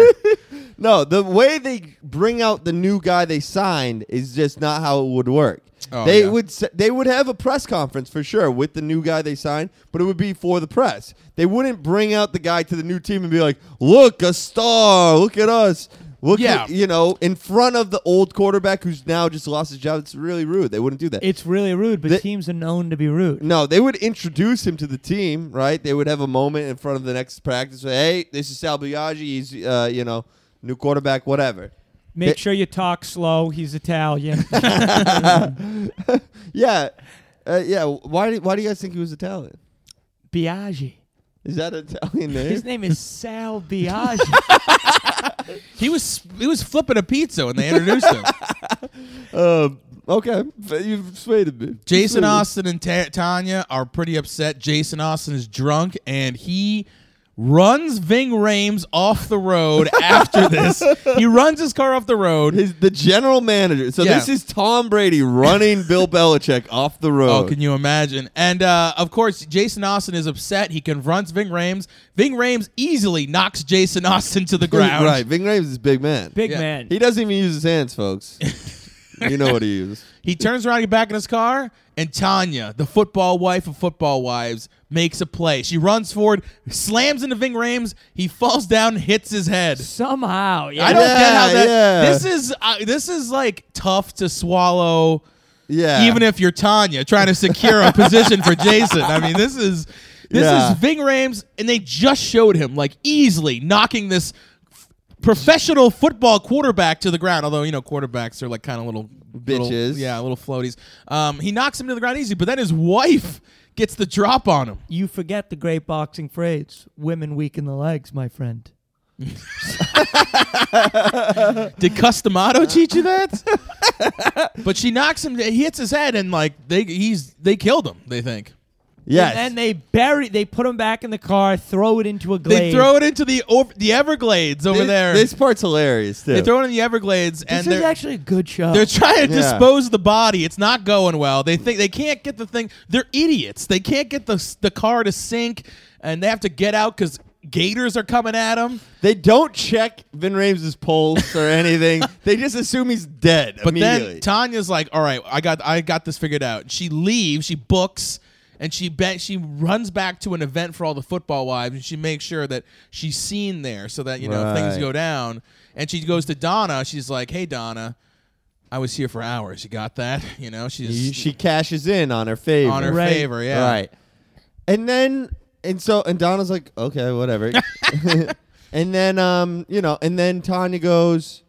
Speaker 2: No, the way they bring out the new guy they signed is just not how it would work.
Speaker 3: Oh,
Speaker 2: they
Speaker 3: yeah.
Speaker 2: would s- they would have a press conference for sure with the new guy they signed, but it would be for the press. They wouldn't bring out the guy to the new team and be like, "Look, a star! Look at us! Look,
Speaker 3: Yeah.
Speaker 2: at, you know, in front of the old quarterback who's now just lost his job." It's really rude. They wouldn't do that.
Speaker 4: it's really rude, but
Speaker 2: The-
Speaker 4: teams are known to be rude.
Speaker 2: No, they would introduce him to the team, right? They would have a moment in front of the next practice. Say, hey, this is Sal Biaggi. He's, uh, you know, new quarterback, whatever.
Speaker 4: Make
Speaker 2: They-
Speaker 4: sure you talk slow. He's Italian.
Speaker 2: Yeah, uh, yeah. Why? Do, why do you guys think he was Italian?
Speaker 4: Biaggi.
Speaker 2: Is that an Italian
Speaker 4: His
Speaker 2: name?
Speaker 4: name is Sal Biaggi.
Speaker 3: he was he was flipping a pizza when they introduced him.
Speaker 2: um, okay, F- you persuaded me.
Speaker 3: Jason
Speaker 2: Persuaded.
Speaker 3: Austin and Ta- Tanya are pretty upset. Jason Austin is drunk and he runs Ving Rames off the road after this. He runs his car off the road.
Speaker 2: His the general manager. So
Speaker 3: Yeah.
Speaker 2: this is Tom Brady running Bill Belichick off the
Speaker 3: Oh,
Speaker 2: road.
Speaker 3: can you imagine? And uh, of course, Jason Austin is upset. He confronts Ving Rames. Ving Rames easily knocks Jason Austin to the ground.
Speaker 2: Right, Ving Rhames is a big man.
Speaker 4: Big
Speaker 3: Yeah.
Speaker 4: man.
Speaker 2: He doesn't even use his hands, folks. you know what he uses.
Speaker 3: He turns around, he back in his car, and Tanya, the football wife of football wives, makes a play. She runs forward, slams into Ving Rames. He falls down, hits his head.
Speaker 4: Somehow. Yeah.
Speaker 3: I don't get how
Speaker 2: Yeah,
Speaker 3: that.
Speaker 2: yeah.
Speaker 3: This is uh, this is like tough to swallow,
Speaker 2: Yeah,
Speaker 3: even if you're Tanya trying to secure a position for Jason. I mean, this is this
Speaker 2: Yeah.
Speaker 3: is Ving Rams, and they just showed him like easily knocking this f- professional football quarterback to the ground. Although you know quarterbacks are like kind of little little-
Speaker 2: Bitches.
Speaker 3: yeah, little floaties. Um, he knocks him to the ground easy, but then his wife gets the drop on him.
Speaker 1: You forget the great boxing phrase women weaken the legs, my friend.
Speaker 3: Did Customato teach you that? but she knocks him. He hits his head, and like they he's they killed him. They think
Speaker 2: yes.
Speaker 4: And then they bury. They put him back in the car. Throw it into a glade.
Speaker 3: they throw it into the over, the Everglades over
Speaker 2: This-
Speaker 3: there.
Speaker 2: This part's hilarious too.
Speaker 3: they throw it in the Everglades, and
Speaker 1: This is
Speaker 3: they're
Speaker 1: actually a good show.
Speaker 3: they're trying to
Speaker 2: Yeah.
Speaker 3: dispose of the body. It's not going well. They think they can't get the thing. They're idiots. They can't get the s- the car to sink, and they have to get out because gators are coming at them.
Speaker 2: They don't check Vin Rames' pulse or anything. they just assume he's dead
Speaker 3: But
Speaker 2: immediately.
Speaker 3: then Tanya's like, "All right, I got I got this figured out." She leaves, she books, and she bet she runs back to an event for all the football wives, and she makes sure that she's seen there so that you know if things
Speaker 2: Right.
Speaker 3: go down. And she goes to Donna. She's like, "Hey, Donna, I was here for hours. You got that? You know, she's
Speaker 2: she cashes in on her favor.
Speaker 3: on her
Speaker 1: Right.
Speaker 3: favor, yeah."
Speaker 2: Right. And then and so and Donna's like, okay, whatever. and then um, you know, and then Tanya goes,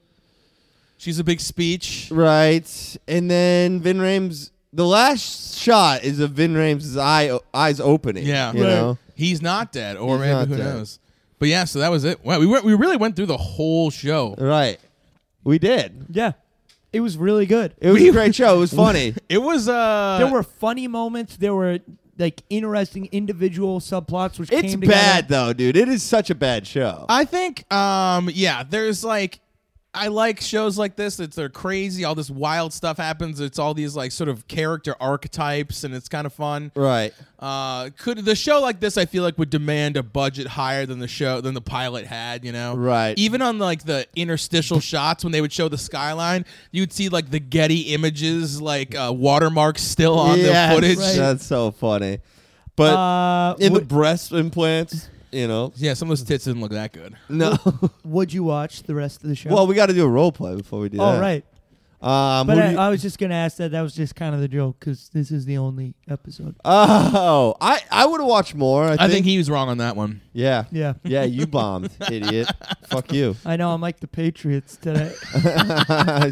Speaker 3: She's a big speech.
Speaker 2: Right. And then Vin Rames the last shot is of Vin Rames' eye eyes opening.
Speaker 3: Yeah.
Speaker 2: You
Speaker 1: Right.
Speaker 2: know?
Speaker 3: He's not dead, or
Speaker 2: He's not
Speaker 3: maybe who
Speaker 2: dead.
Speaker 3: knows. But yeah, so that was it. Wow, we went, we really went through the whole show.
Speaker 2: Right. We did.
Speaker 4: Yeah.
Speaker 1: It was really good.
Speaker 2: It was
Speaker 3: We-
Speaker 2: a great show. It was funny.
Speaker 3: It was uh
Speaker 4: There were funny moments. There were like interesting individual subplots which
Speaker 2: it's
Speaker 4: came together.
Speaker 2: bad though, dude. It is such a bad show.
Speaker 3: I think um yeah, there's like I like shows like this that they're crazy, all this wild stuff happens. It's all these like sort of character archetypes and it's kind of fun.
Speaker 2: right.
Speaker 3: Uh could the show like this I feel like would demand a budget higher than the show than the pilot had, you know?
Speaker 2: Right.
Speaker 3: Even on like the interstitial shots when they would show the skyline, you'd see like the Getty images like uh watermarks still on the
Speaker 2: Yes,
Speaker 3: footage.
Speaker 1: right.
Speaker 2: That's so funny. But
Speaker 4: Uh,
Speaker 2: in the
Speaker 4: what,
Speaker 2: breast implants, you know.
Speaker 3: Yeah, some of those tits didn't look that good.
Speaker 2: No.
Speaker 1: Would you watch the rest of the show?
Speaker 2: well, we got to do a role play before we do
Speaker 1: all
Speaker 2: that.
Speaker 1: Oh, right.
Speaker 2: Um,
Speaker 1: But
Speaker 2: who do
Speaker 1: I,
Speaker 2: you-
Speaker 1: I was just gonna ask that. That was just kind of the joke because this is the only episode.
Speaker 4: uh,
Speaker 2: oh, I I would have watched more. I,
Speaker 3: I think he was wrong on that one.
Speaker 2: Yeah.
Speaker 1: Yeah,
Speaker 2: Yeah, you bombed, idiot. Fuck you.
Speaker 1: I know. I'm like the Patriots today.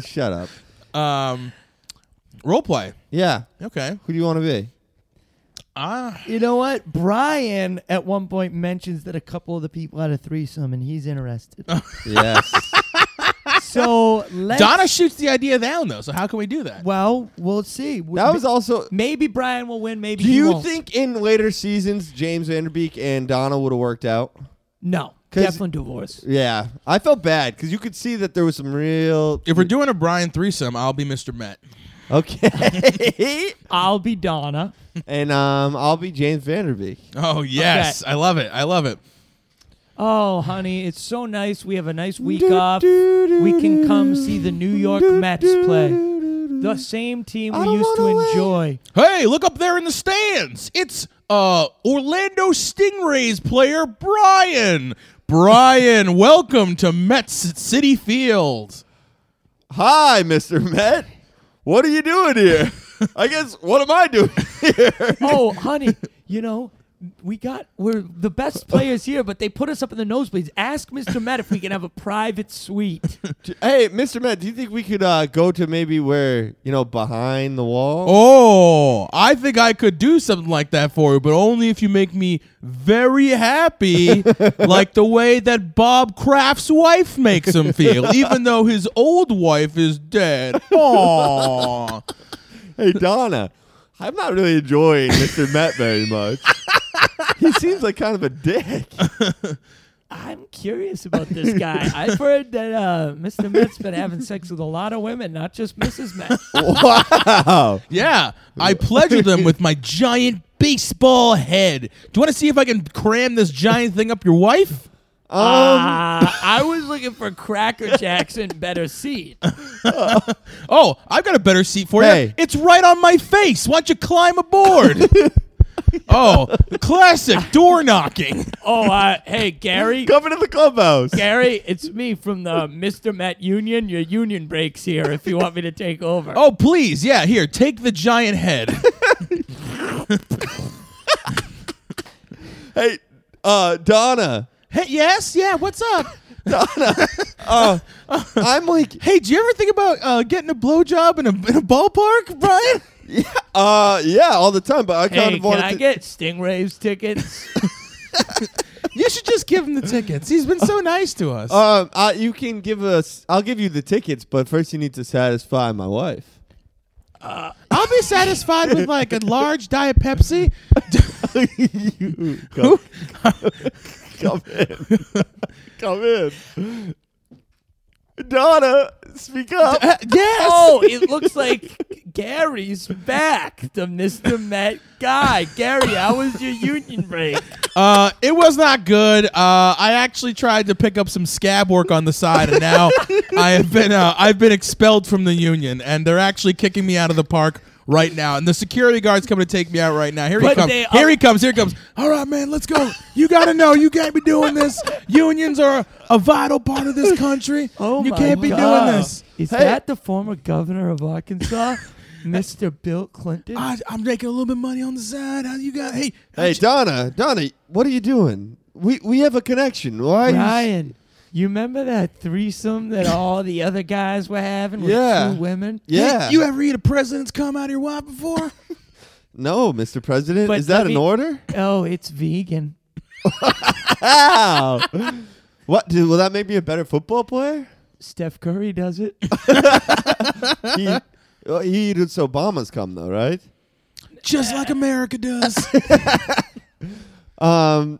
Speaker 2: Shut up.
Speaker 3: Um role play.
Speaker 2: Yeah.
Speaker 3: Okay.
Speaker 2: Who do you want to be?
Speaker 3: Ah,
Speaker 1: you know what? Brian at one point mentions that a couple of the people had a threesome, and he's interested.
Speaker 2: Yes.
Speaker 1: so let's.
Speaker 3: Donna shoots the idea down though. So how can we do that?
Speaker 1: well, we'll see. W-
Speaker 2: that was also.
Speaker 4: maybe Brian will win. Maybe
Speaker 2: Do
Speaker 4: he
Speaker 2: you
Speaker 4: won't.
Speaker 2: think in later seasons James Vanderbeek and Donna would have worked out?
Speaker 4: No,
Speaker 2: 'Cause-
Speaker 4: definitely divorce.
Speaker 2: Yeah, I felt bad because you could see that there was some real.
Speaker 3: If we're doing a Brian threesome, I'll be Mr. Met.
Speaker 2: okay,
Speaker 4: I'll be Donna.
Speaker 2: and um, I'll be James Vanderbeek.
Speaker 3: Oh yes, I love it. I love it.
Speaker 4: Oh, honey, it's so nice. We have a nice week off. We can come see the New York Mets play. The same team
Speaker 2: I
Speaker 4: we
Speaker 2: don't
Speaker 4: used to
Speaker 2: wanna win.
Speaker 4: enjoy.
Speaker 3: Hey, look up there in the stands. It's uh Orlando Stingrays player Brian. Brian, welcome to Mets City Field.
Speaker 2: Hi, Mister Met. What are you doing here? I guess what am I doing here?
Speaker 4: Oh, honey, you know, we got we're the best players here, but they put us up in the nosebleeds. Ask Mr. Met if we can have a private suite.
Speaker 2: hey, Mister Met, do you think we could uh, go to maybe where you know behind the wall?
Speaker 3: Oh, I think I could do something like that for you, but only if you make me very happy, like the way that Bob Kraft's wife makes him feel, even though his old wife is dead. Aww.
Speaker 2: Hey Donna, I'm not really enjoying Mr. Met very much. he seems like kind of a dick.
Speaker 4: I'm curious about this guy. I've heard that uh, Mr. Met's been having sex with a lot of women, not just Mrs. Met.
Speaker 2: wow.
Speaker 3: Yeah, I pleasure them with my giant baseball head. Do you want to see if I can cram this giant thing up your wife?
Speaker 2: Um,
Speaker 4: Uh, I was looking for Cracker Jacks and better seat.
Speaker 3: Oh, I've got a better seat for you.
Speaker 2: Hey.
Speaker 3: It's right on my face. Why don't you climb aboard? oh, classic door knocking.
Speaker 4: Oh, uh, hey, Gary.
Speaker 2: Coming to the clubhouse.
Speaker 4: Gary, it's me from the Mr. Met Union. Your union breaks here if you want me to take over.
Speaker 3: Oh, please. Yeah, here, take the giant head.
Speaker 2: Hey, uh, Donna.
Speaker 3: hey, yes, yeah, what's up?
Speaker 2: I'm like,
Speaker 3: Hey, do you ever think about uh, getting a blowjob in a, in a ballpark, Brian?
Speaker 2: uh, yeah, all the time, but I kind
Speaker 4: hey,
Speaker 2: of
Speaker 4: can
Speaker 2: wanted
Speaker 4: I
Speaker 2: to.
Speaker 4: get Stingrays tickets?
Speaker 3: you should just give him the tickets. He's been so nice to us.
Speaker 2: um, uh, you can give us. I'll give you the tickets, but first you need to satisfy my wife.
Speaker 3: I'll be satisfied with like a large Diet Pepsi.
Speaker 2: you come, come in. come in. Donna, speak up.
Speaker 3: Uh, yes.
Speaker 4: oh, it looks like Gary's back, the Mr. Met guy. Gary, how was your union break?
Speaker 3: Uh, it was not good. Uh, I actually tried to pick up some scab work on the side, and now I have been uh, I've been expelled from the union, and they're actually kicking me out of the park right now. And the security guard's coming to take me out right now. Here he
Speaker 4: But
Speaker 3: comes.
Speaker 4: they-
Speaker 3: Here he comes. Here he comes. All right, man, let's go. You gotta know, you can't be doing this. Unions are a vital part of this country.
Speaker 4: Oh
Speaker 3: you
Speaker 4: my
Speaker 3: can't be
Speaker 4: God.
Speaker 3: doing this.
Speaker 4: Is
Speaker 2: Hey.
Speaker 4: that the former governor of Arkansas?
Speaker 1: Mr. Bill Clinton.
Speaker 3: I, I'm making a little bit of money on the side. How you got? Hey,
Speaker 2: Hey, Donna, Donna, what are you doing? We we have a connection. Why? you-
Speaker 1: Ryan, you remember that threesome that all the other guys were having with
Speaker 2: Yeah.
Speaker 1: two women?
Speaker 2: Yeah.
Speaker 3: You ever eat a president's cum out of your wife before?
Speaker 2: no, Mr. President,
Speaker 1: But
Speaker 2: is
Speaker 1: let
Speaker 2: that an
Speaker 1: me-
Speaker 2: order?
Speaker 1: Oh, it's vegan.
Speaker 2: Ow! what? Dude, will that make me a better football player?
Speaker 1: Steph Curry does it.
Speaker 2: He, well, he eats Obama's cum though, right?
Speaker 3: Just like America does.
Speaker 2: Um.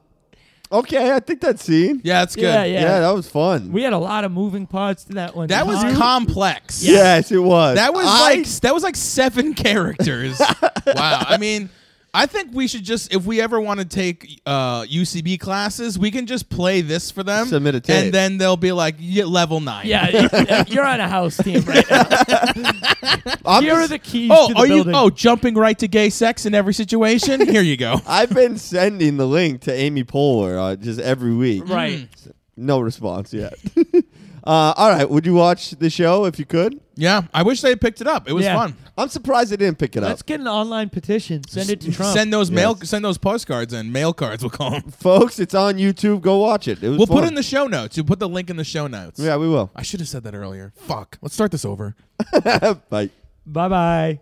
Speaker 2: Okay, I think that's scene.
Speaker 3: yeah, that's good.
Speaker 4: Yeah, yeah.
Speaker 2: that was fun.
Speaker 4: We had a lot of moving parts to that one.
Speaker 3: That was
Speaker 4: Huh?
Speaker 3: complex.
Speaker 2: yes, it was.
Speaker 3: That was
Speaker 2: I-
Speaker 3: like that was like seven characters. wow. I mean, I think we should just if we ever want to take uh, UCB classes, we can just play this for them.
Speaker 2: Submit a tape.
Speaker 3: and then they'll be like yeah, level nine.
Speaker 4: yeah, you're on a house team right now.
Speaker 2: I'm
Speaker 4: Here are
Speaker 2: just-
Speaker 4: the keys
Speaker 3: Oh,
Speaker 4: to the
Speaker 3: are you?
Speaker 4: building.
Speaker 3: Oh, jumping right to gay sex in every situation. Here you go.
Speaker 2: I've been sending the link to Amy Poehler uh, just every week.
Speaker 3: mm.
Speaker 4: right.
Speaker 2: No response yet. uh, all right. Would you watch the show if you could?
Speaker 3: Yeah, I wish they had picked it up. It was
Speaker 4: Yeah.
Speaker 3: fun.
Speaker 2: I'm surprised they didn't pick it
Speaker 1: Let's
Speaker 2: up.
Speaker 1: get an online petition. Send it to Trump.
Speaker 3: Send those mail.
Speaker 2: Yes.
Speaker 3: Send those postcards in. Mail cards. We'll call them.
Speaker 2: Folks, it's on YouTube. Go watch it. It was
Speaker 3: We'll
Speaker 2: fun.
Speaker 3: put it in the show notes. We'll put the link in the show notes.
Speaker 2: Yeah, we will.
Speaker 3: I should have said that earlier. Fuck. Let's start this over.
Speaker 2: Bye.
Speaker 4: Bye bye.